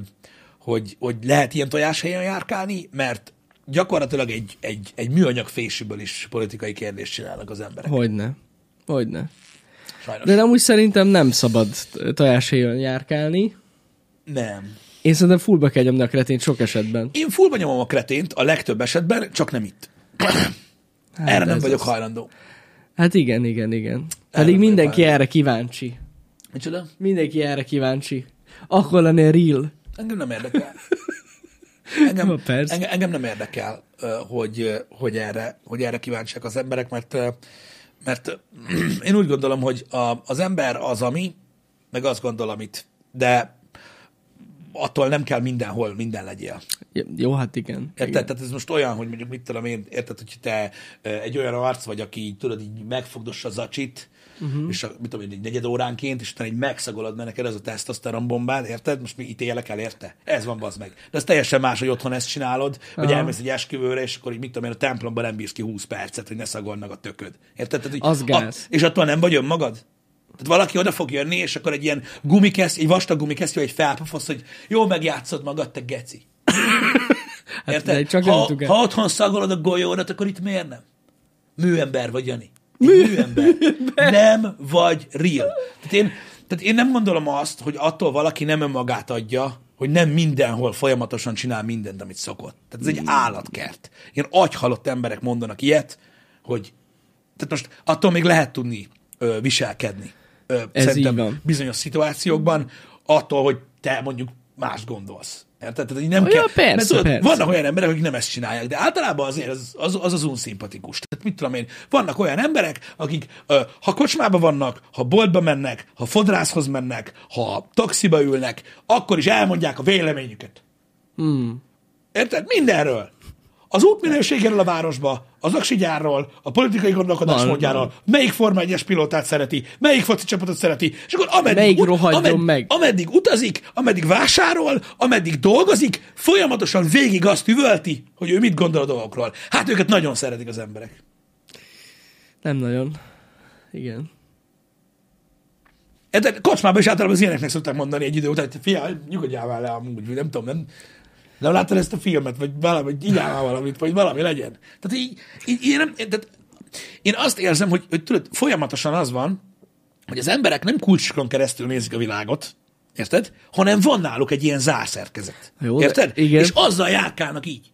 A: hogy, hogy lehet ilyen tojáshelyen járkálni, mert gyakorlatilag egy, egy, egy műanyag fésűből is politikai kérdést csinálnak az emberek.
B: Hogyne. Hogyne.
A: Sajnos.
B: De amúgy szerintem nem szabad tojáshéjon járkálni.
A: Nem.
B: Én szerintem fullba kell nyomni a kretén sok esetben.
A: Én fullba nyomom a kretént a legtöbb esetben, csak nem itt.
B: Hát
A: Erre nem
B: ez
A: vagyok
B: az.
A: hajlandó.
B: Hát igen, igen, igen. Pedig
A: vagyok
B: mindenki
A: hajlandó.
B: erre kíváncsi.
A: Micsoda?
B: Mindenki erre kíváncsi. Akkor lenne real.
A: Engem nem érdekel. Engem,
B: Na, persze.
A: engem, engem nem érdekel, ö, hogy, ö, hogy, erre, hogy erre kíváncsiak az emberek, mert, ö, mert ö, én úgy gondolom, hogy a, az ember az, ami, meg azt gondol, amit, de attól nem kell mindenhol minden legyél.
B: J- Jó, hát igen.
A: Érted?
B: igen.
A: Tehát ez most olyan, hogy mondjuk mit tudom én, érted, hogy te ö, egy olyan arc vagy, aki így, tudod, így megfogdossa az acsit,
B: Mhm.
A: uh-huh. és a, mit tudom én, egy negyed óránként, és utána így megszagolod, mert neked ez a tesztoszteron bombád, érted? Most mi ítélek el, érte? Ez van, bazd meg. De ez teljesen más, hogy otthon ezt csinálod, hogy
B: Aha.
A: elmész egy esküvőre, és akkor így mit tudom én, a templomban nem bírsz ki 20 percet, hogy ne szagolnak a tököd. Érted? Tehát, hogy
B: Az gáz.
A: A, és attól nem vagy önmagad? Tehát valaki oda fog jönni, és akkor egy ilyen gumikesztyű, egy vastag gumikesztyű, egy felpofosz, hogy jól megjátszod magad, te geci.
B: Hát,
A: Érted?
B: de csak nem
A: ha,
B: tudja.
A: ha otthon szagolod a golyódat, akkor itt miért nem? Műember vagy, Jani. Egy műember. Nem vagy real. Tehát én, tehát én nem gondolom azt, hogy attól valaki nem önmagát adja, hogy nem mindenhol folyamatosan csinál mindent, amit szokott. Tehát
B: Hmm.
A: ez egy állatkert. Ilyen agyhalott emberek mondanak ilyet, hogy tehát most attól még lehet tudni ö, viselkedni. Ö,
B: Ez
A: szerintem
B: így van.
A: bizonyos szituációkban, attól, hogy te mondjuk mást gondolsz. Érted? Tehát így nem
B: Ja,
A: kell.
B: persze,
A: mert tudod,
B: persze.
A: Vannak olyan emberek, akik nem ezt csinálják, de általában azért az az, az, az unszimpatikus. Tehát mit tudom én, vannak olyan emberek, akik ö, ha kocsmába vannak, ha boltba mennek, ha fodrászhoz mennek, ha taxiba
B: Hmm.
A: ülnek, akkor is elmondják a véleményüket. Érted? Mindenről. Az útminőségéről a városba, az aksigyárról, a politikai gondolkodásmódjáról, melyik Forma 1-es pilótát szereti, melyik foci csapatot szereti, és akkor ameddig,
B: Melyik
A: ut-
B: rohadjon
A: amed-
B: meg?
A: ameddig utazik, ameddig vásárol, ameddig dolgozik, folyamatosan végig azt üvölti, hogy ő mit gondol a dolgokról. Hát őket nagyon szeretik az emberek.
B: Nem nagyon. Igen.
A: E, De kocsmában is általában az ilyeneknek szokták mondani egy idő után, hogy fia, nyugodjál már le amúgy, vagy nem tudom, nem, nem láttad ezt a filmet, vagy valami, vagy igyál már valamit, vagy valami legyen. Tehát így, így én, nem, tehát én azt érzem, hogy, hogy tudod, folyamatosan az van, hogy az emberek nem kulcsokon keresztül nézik a világot, érted? Hanem van náluk egy ilyen zárszerkezet.
B: Jó, de-
A: érted?
B: igen.
A: És azzal járkálnak így.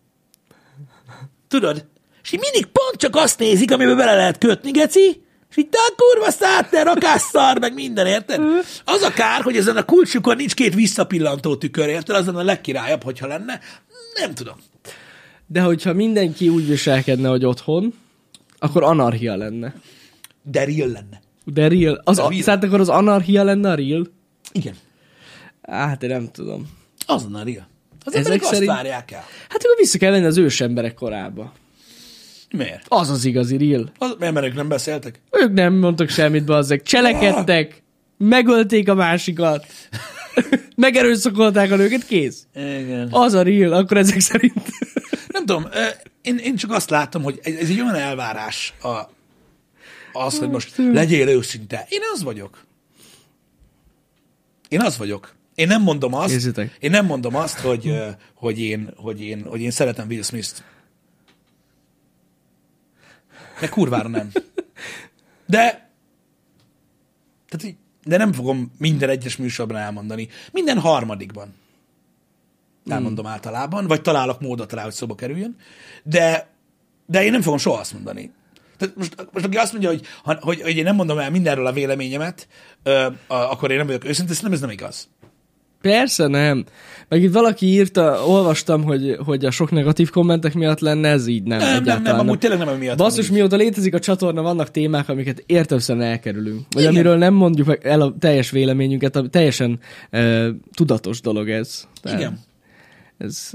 A: Tudod? És így mindig pont csak azt nézik, amiben bele lehet kötni, geci, és így, de a kurva szár, te rakásszar, meg minden, érted? Az a kár, hogy ezen a kulcsukon nincs két visszapillantó tükör, érted? Az lenne a legkirályabb, hogyha lenne. Nem tudom.
B: De hogyha mindenki úgy viselkedne, hogy otthon, akkor anarchia lenne.
A: De real lenne.
B: De real. Az,
A: De
B: a,
A: real.
B: tehát akkor az anarchia lenne a real?
A: Igen.
B: Hát én nem tudom.
A: Az lenne a real. Az
B: Ezek
A: emberek
B: szerint-
A: azt várják el.
B: Hát akkor vissza kell lenni az ősemberek korába.
A: Miért?
B: Az az igazi real.
A: Az, mert mert ők nem beszéltek?
B: Ők nem mondtak semmit, bazzeg. Cselekedtek, megölték a másikat, megerőszakolták a nőket, kész.
A: Igen.
B: Az a real, akkor ezek szerint.
A: Nem tudom, ö, én, én csak azt látom, hogy ez, ez egy olyan elvárás a, az, hogy most legyél őszinte. Én az vagyok. Én az vagyok. Én nem mondom azt,
B: Nézzétek.
A: én nem mondom azt, hogy, ö, hogy, én, hogy, én, hogy én szeretem Will Smith-t. De kurvára nem. De tehát így, de nem fogom minden egyes műsorban elmondani. Minden harmadikban. Elmondom
B: Mm.
A: általában, vagy találok módot rá, hogy szóba kerüljön. De, de én nem fogom soha azt mondani. Tehát most, most aki azt mondja, hogy, ha- hogy, hogy én nem mondom el mindenről a véleményemet, ö, a, akkor én nem vagyok őszinte, szerintem ez nem igaz.
B: Persze nem. Meg itt valaki írta, olvastam, hogy, hogy a sok negatív kommentek miatt lenne, ez így nem.
A: Nem, nem,
B: egyáltalán
A: nem, amúgy tényleg nem emiatt. van
B: Basszus,
A: így.
B: mióta létezik a csatorna, vannak témák, amiket értelmszerűen elkerülünk. Vagy
A: Igen.
B: amiről nem mondjuk meg el a teljes véleményünket, a teljesen ö, tudatos dolog ez. Tehát
A: Igen.
B: Ez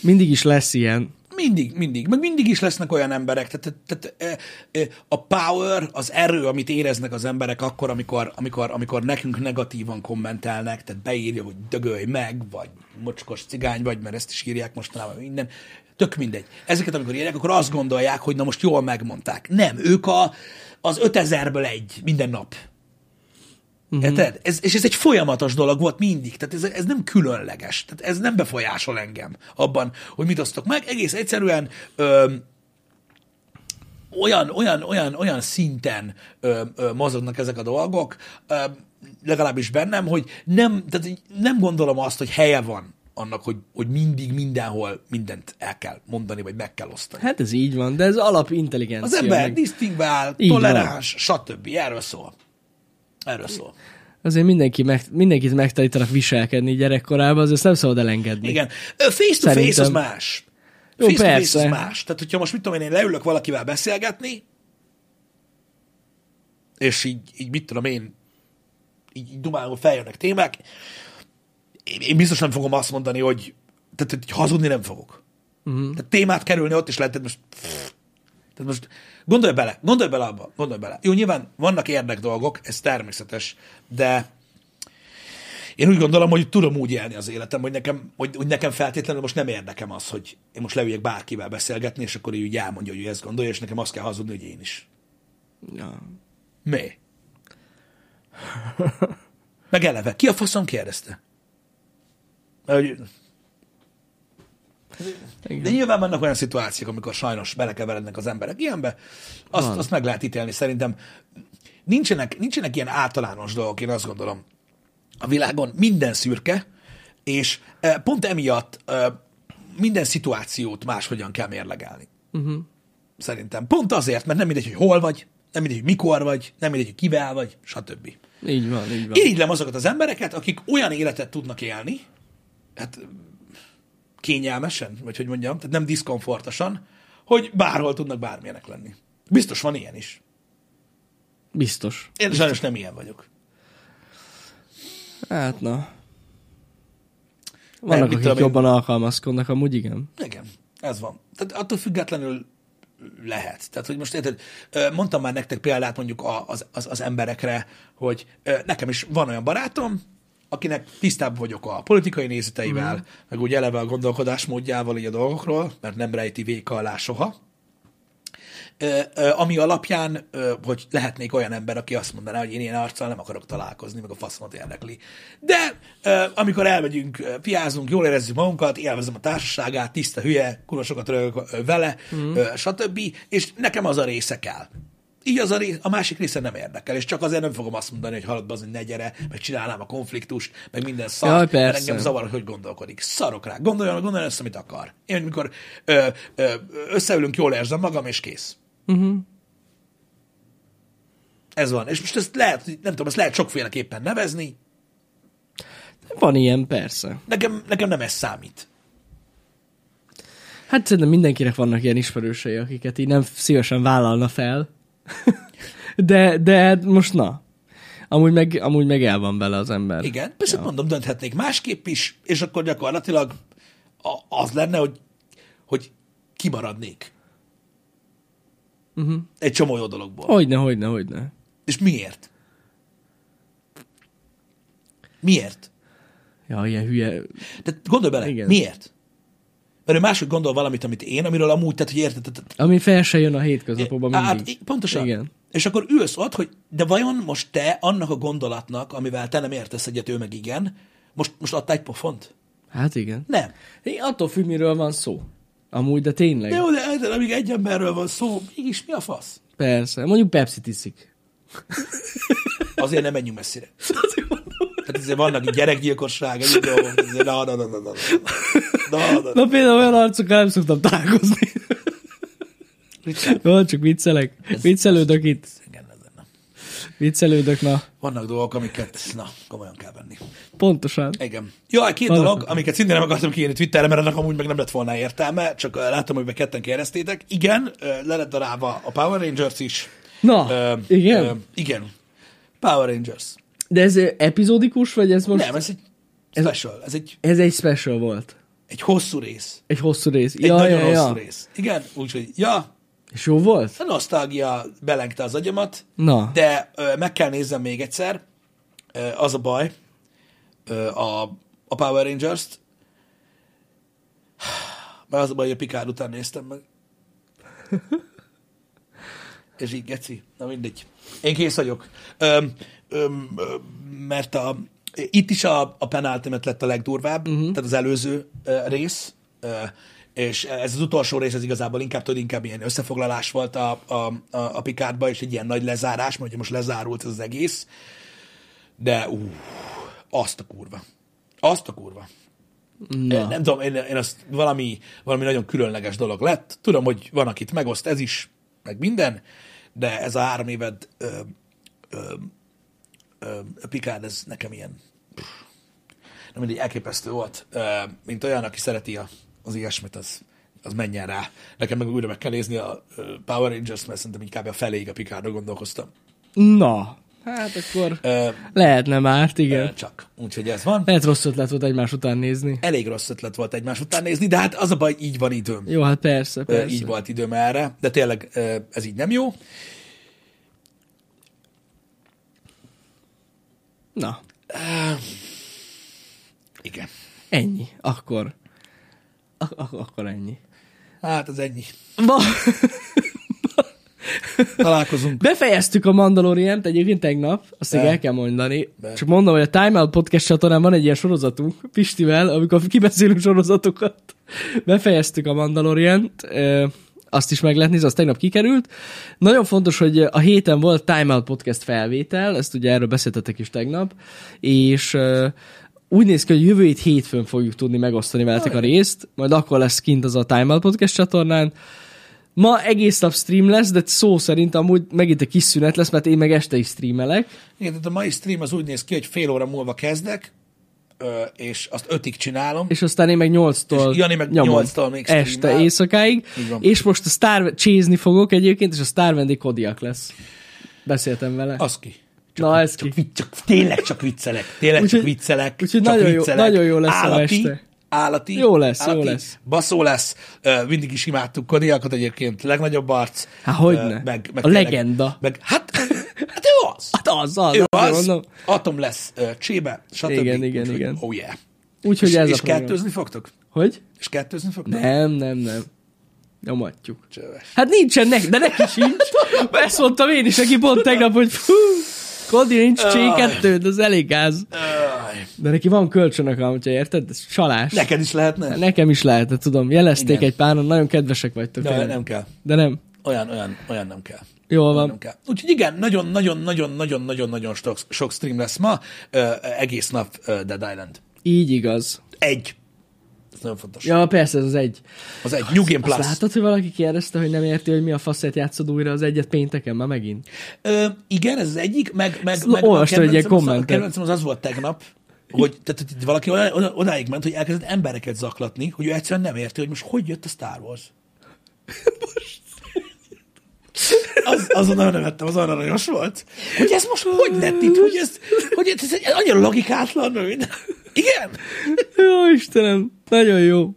B: mindig is lesz ilyen.
A: Mindig, mindig. Meg mindig is lesznek olyan emberek. Tehát, tehát, tehát e, e, a power, az erő, amit éreznek az emberek akkor, amikor, amikor, amikor nekünk negatívan kommentelnek, tehát beírja, hogy dögölj meg, vagy mocskos cigány vagy, mert ezt is írják mostanában minden. Tök mindegy. Ezeket, amikor írják, akkor azt gondolják, hogy na most jól megmondták. Nem, ők a, az 5000-ből egy minden nap.
B: Mhm.
A: Érted? Ez, és ez egy folyamatos dolog volt mindig. Tehát ez, ez nem különleges. Tehát ez nem befolyásol engem abban, hogy mit osztok meg. Egész egyszerűen ö, olyan, olyan, olyan, olyan szinten ö, ö, mozognak ezek a dolgok, ö, legalábbis bennem, hogy nem, tehát így nem gondolom azt, hogy helye van annak, hogy, hogy mindig, mindenhol mindent el kell mondani, vagy meg kell osztani.
B: Hát ez így van, de ez alapintelligencia.
A: Az ember
B: meg-
A: disztingvál,
B: Így van.
A: toleráns, stb. Erről szól. Erről szól.
B: Azért mindenki meg, mindenkit megtanítanak viselkedni gyerekkorában, azért ezt nem szabad elengedni.
A: Igen. Ö, Face to face az
B: Szerintem.
A: más.
B: Jó,
A: Face to face
B: persze.
A: az más. Tehát, hogyha most mit tudom én, én leülök valakivel beszélgetni, és így, így mit tudom én, így, így dumálom, feljönnek témák, én, én biztos nem fogom azt mondani, hogy tehát, hogy hazudni nem fogok.
B: Mhm.
A: Uh-huh. Tehát témát kerülni ott is lehet, tehát most tehát most gondolj bele, gondolj bele abba, gondolj bele. Jó, nyilván vannak érdek dolgok, ez természetes, de én úgy gondolom, hogy tudom úgy élni az életem, hogy nekem, hogy, hogy nekem feltétlenül most nem érdekem az, hogy én most leüljek bárkivel beszélgetni, és akkor ő úgy elmondja, hogy ő ezt gondolja, és nekem azt kell hazudni, hogy én is.
B: Ja.
A: Mi? Meg eleve, ki a faszom kérdezte? Mert hogy- De
B: Igen.
A: nyilván vannak olyan szituációk, amikor sajnos belekeverednek az emberek ilyenbe, azt,
B: Van.
A: azt meg lehet ítélni szerintem. Nincsenek, nincsenek ilyen általános dolgok, én azt gondolom. A világon minden szürke, és eh, pont emiatt eh, minden szituációt máshogyan kell mérlegelni. Szerintem. Pont azért, mert nem mindegy, hogy hol vagy, nem mindegy, hogy mikor vagy, nem mindegy, hogy kivel vagy, stb.
B: Így van, így van.
A: Irigylem azokat az embereket, akik olyan életet tudnak élni, hát kényelmesen, vagy hogy mondjam, tehát nem diszkomfortosan, hogy bárhol tudnak bármilyenek lenni. Biztos van ilyen is.
B: Biztos.
A: Én sajnos nem ilyen vagyok.
B: Hát na.
A: mit
B: Vannak,
A: tudom
B: akik
A: én.
B: jobban alkalmazkodnak, amúgy igen.
A: Igen. Ez van. Tehát attól függetlenül lehet. Tehát, hogy most érted, mondtam már nektek példát mondjuk a- az, az, az emberekre, hogy ö, nekem is van olyan barátom, akinek tisztább vagyok a politikai nézeteivel, mm. meg úgy eleve a gondolkodásmódjával így a dolgokról, mert nem rejti véka alá soha. Ö, ö, ami alapján, ö, hogy lehetnék olyan ember, aki azt mondaná, hogy én ilyen arccal nem akarok találkozni, meg a faszomat érdekli. De ö, amikor elmegyünk, ö, piázunk, jól érezzük magunkat, élvezem a társaságát, tiszta hülye, kurva sokat rögök ö, vele,
B: Mhm.
A: mm. stb. És nekem az a része kell. Így az a, rész, a másik része nem érdekel, és csak azért nem fogom azt mondani, hogy halad az, ne gyere, meg csinálnám a konfliktust, meg minden
B: Jaj,
A: szart, mert
B: persze.
A: engem zavar, hogy hogy gondolkodik. Szarok rá, gondoljon, gondoljon össze, amit akar. Én, mikor ö, ö, összeülünk, jól érzem magam, és kész. Ez van. És most ezt lehet, nem tudom, ezt lehet sokféleképpen nevezni.
B: Van ilyen, persze.
A: Nekem, nekem nem ez számít.
B: Hát szerintem mindenkinek vannak ilyen ismerősei, akiket így nem szívesen vállalna fel. de, de hát most na. Amúgy meg, amúgy meg el van vele az ember.
A: Igen, persze ja. mondom, dönthetnék másképp is, és akkor gyakorlatilag a, az lenne, hogy, hogy kimaradnék. Uh-huh. Egy csomó jó dologból. Oh.
B: Hogyne, hogyne, hogyne.
A: És miért? Miért?
B: Ja, ilyen hülye.
A: Tehát gondolj bele, Igen.
B: Igen.
A: miért? Mert ő máshogy gondol valamit, amit én, amiről amúgy, tehát hogy érted, tehát
B: Ami fel se jön a hétköznapokban mindig.
A: Hát, í- pontosan. Igen.
B: Igen.
A: És akkor ülsz ott, hogy de vajon most te annak a gondolatnak, amivel te nem értesz egyet, ő meg igen, most, most adtál egy pofont?
B: Hát igen.
A: Nem.
B: É, attól függ, miről van szó. Amúgy, de tényleg.
A: De jó, de, de amíg egy emberről van szó, mégis mi a fasz?
B: Persze. Mondjuk Pepsi iszik.
A: Azért nem menjünk messzire. Tehát azért vannak itt gyerekgyilkosság, egy dolgok, azért na, na, na, na, na, na, na, na, na.
B: Na például olyan arcokkal nem szoktam találkozni.
A: Ritkán.
B: Jó, csak viccelek. Viccelődök itt.
A: Igen, ez nem.
B: Viccelődök, na.
A: Vannak dolgok, amiket, na, komolyan kell venni.
B: Pontosan.
A: Igen. Jaj, két
B: Vannak
A: dolog, amiket szintén nem akartam kiírni Twitterre, mert annak amúgy meg nem lett volna értelme, csak ö, láttam, hogy be ketten kérdeztétek. Igen, ö, le lett darálva a Power Rangers is.
B: Na, igen?
A: igen. Power Rangers.
B: De ez ö, epizódikus, vagy ez most?
A: Nem, ez egy special, ez egy,
B: Ez egy special volt.
A: egy hosszú rész.
B: Egy hosszú rész.
A: Egy
B: ja,
A: nagyon
B: ja,
A: hosszú
B: ja.
A: rész. Igen, úgyhogy, ja,
B: És jó volt?
A: a nosztalgia belengte az agyamat,
B: Na.
A: de ö, meg kell néznem még egyszer. Ö, az a baj, ö, a, a Power Rangers-t, mert az a baj, hogy a Picard után néztem meg. És így geci. Na mindegy. Én kész vagyok. Öm, öm, öm, mert a, itt is a, a penáltimet lett a legdurvább, uh-huh. tehát az előző ö, rész, ö, és ez az utolsó rész, ez igazából inkább, tudod, inkább ilyen összefoglalás volt a, a, a, a Picardba, és egy ilyen nagy lezárás, mert ugye most lezárult ez az egész, de ú, azt a kurva. Azt a kurva. Na. Nem tudom, én, én azt valami, valami nagyon különleges dolog lett. Tudom, hogy van, akit megoszt ez is, meg minden, de ez a három éved ö, ö, ö, Picard, ez nekem ilyen pff, nem mindig elképesztő volt. Ö, mint olyan, aki szereti a, az ilyesmit, az, az menjen rá. Nekem meg újra meg kell nézni a ö, Power Rangers, mert szerintem inkább a feléig a Picardra gondolkoztam.
B: Na. Hát akkor
A: Ö,
B: lehetne már, igen.
A: ö, csak. Úgyhogy ez van.
B: Lehet rossz ötlet volt egymás után nézni.
A: Elég rossz ötlet volt egymás után nézni, de hát az a baj, így van időm.
B: Jó, hát persze,
A: Ö,
B: persze.
A: így volt időm erre, de tényleg ö, ez így nem jó.
B: Na,
A: Igen.
B: ennyi. Akkor. Ak- ak- akkor ennyi.
A: Hát az ennyi.
B: Ma
A: Találkozunk.
B: befejeztük a Mandalorian-t egyébként tegnap, azt még
A: Be.
B: el kell mondani.
A: Be.
B: Csak mondom, hogy a Time Out Podcast csatornán van egy ilyen sorozatunk, Pistivel, amikor kibeszélünk sorozatokat. Befejeztük a Mandalorian-t, ö, azt is meg lehet nézni, az tegnap kikerült. Nagyon fontos, hogy a héten volt Time Out Podcast felvétel, ezt ugye erről beszéltetek is tegnap, és ö, úgy néz ki, hogy jövő hét hétfőn fogjuk tudni megosztani veletek a részt, majd akkor lesz kint az a Time Out Podcast csatornán, Ma egész nap stream lesz, de szó szerint amúgy megint egy kis szünet lesz, mert én meg este is streamelek.
A: Igen, tehát a mai stream az úgy néz ki, hogy fél óra múlva kezdek, ö, és azt ötig csinálom.
B: és aztán én meg 8-tól
A: És Jani meg
B: nyomom
A: 8-tól még streamel.
B: este éjszakáig,
A: Így van.
B: és most a Star csézni fogok egyébként, és a Star Vendé Kodiak lesz. Beszéltem vele.
A: Az ki.
B: Na, ez ki.
A: Csak, vicc- csak, tényleg csak viccelek. Tényleg
B: Úgyhogy-
A: csak viccelek.
B: úgyhogy
A: csak
B: nagyon jó-
A: viccelek.
B: nagyon jó lesz a
A: állati,
B: este.
A: állati.
B: Jó lesz, jó
A: állati,
B: lesz.
A: Baszó lesz. Ö, Mindig is imádtuk Kodiakot egyébként, legnagyobb arc.
B: Há, hogyne.
A: Ö,
B: A
A: tényleg-
B: legenda.
A: Meg, hát, hát ő az.
B: Hát az, az,
A: Ő
B: azért
A: az,
B: mondom.
A: atom lesz ö, csébe, stb.
B: Igen, igen,
A: Úgyhogy,
B: igen.
A: Oh yeah.
B: Úgyhogy
A: és,
B: ez
A: és
B: a program.
A: kettőzni fogtok?
B: Hogy?
A: És kettőzni fogtok?
B: Nem, nem, nem. Nyomatjuk.
A: Csöves.
B: Hát nincsen neki, de neki sincs. Ezt mondtam én is neki pont tegnap, hogy fú, Kodi nincs C2, de az elég gáz.
A: Aj,
B: De neki van kölcsönök, hogyha érted? Ez csalás.
A: Neked is lehetne?
B: Nekem is lehet, de tudom. Jelezték
A: Igen.
B: egy páran, nagyon kedvesek vagytok.
A: De
B: tényleg.
A: nem kell.
B: De nem.
A: Olyan, olyan, olyan nem kell.
B: Jól
A: Olyan
B: van.
A: Nem kell. Úgyhogy igen, nagyon-nagyon-nagyon-nagyon-nagyon-nagyon sok, sok stream lesz ma, ö, egész nap ö, Dead Island.
B: Így igaz.
A: Egy. Ez nagyon fontos.
B: Ja, persze, ez az egy.
A: Az egy New Game
B: Azt
A: Plus.
B: látod, hogy valaki kérdezte, hogy nem érti, hogy mi a faszért játszod újra az egyet pénteken, már megint?
A: Ö, igen, ez az egyik, meg, meg,
B: Ezt
A: meg
B: Szóval olvastad egy ilyen
A: kedvencem az, a
B: kommentet.
A: kedvencem az az volt tegnap, hogy, tehát, hogy valaki oda, oda, odáig ment, hogy elkezdett embereket zaklatni, hogy ő egyszerűen nem érti, hogy most hogy jött a Star Wars. Az, azon nagyon nevettem, az arra rajos volt. Hogy ez most hogy lett itt? Hogy ez, hogy ez, ez annyira logikátlan, hogy igen.
B: Jó, Istenem, nagyon jó.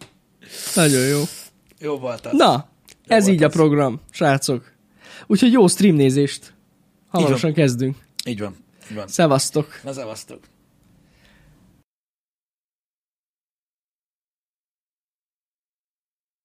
B: Nagyon jó.
A: Jó volt az.
B: Na, ez
A: volt
B: így a
A: az.
B: program, srácok. Úgyhogy jó streamnézést. Hamarosan kezdünk.
A: Így van. Így van.
B: Szevasztok.
A: Na, szevasztok.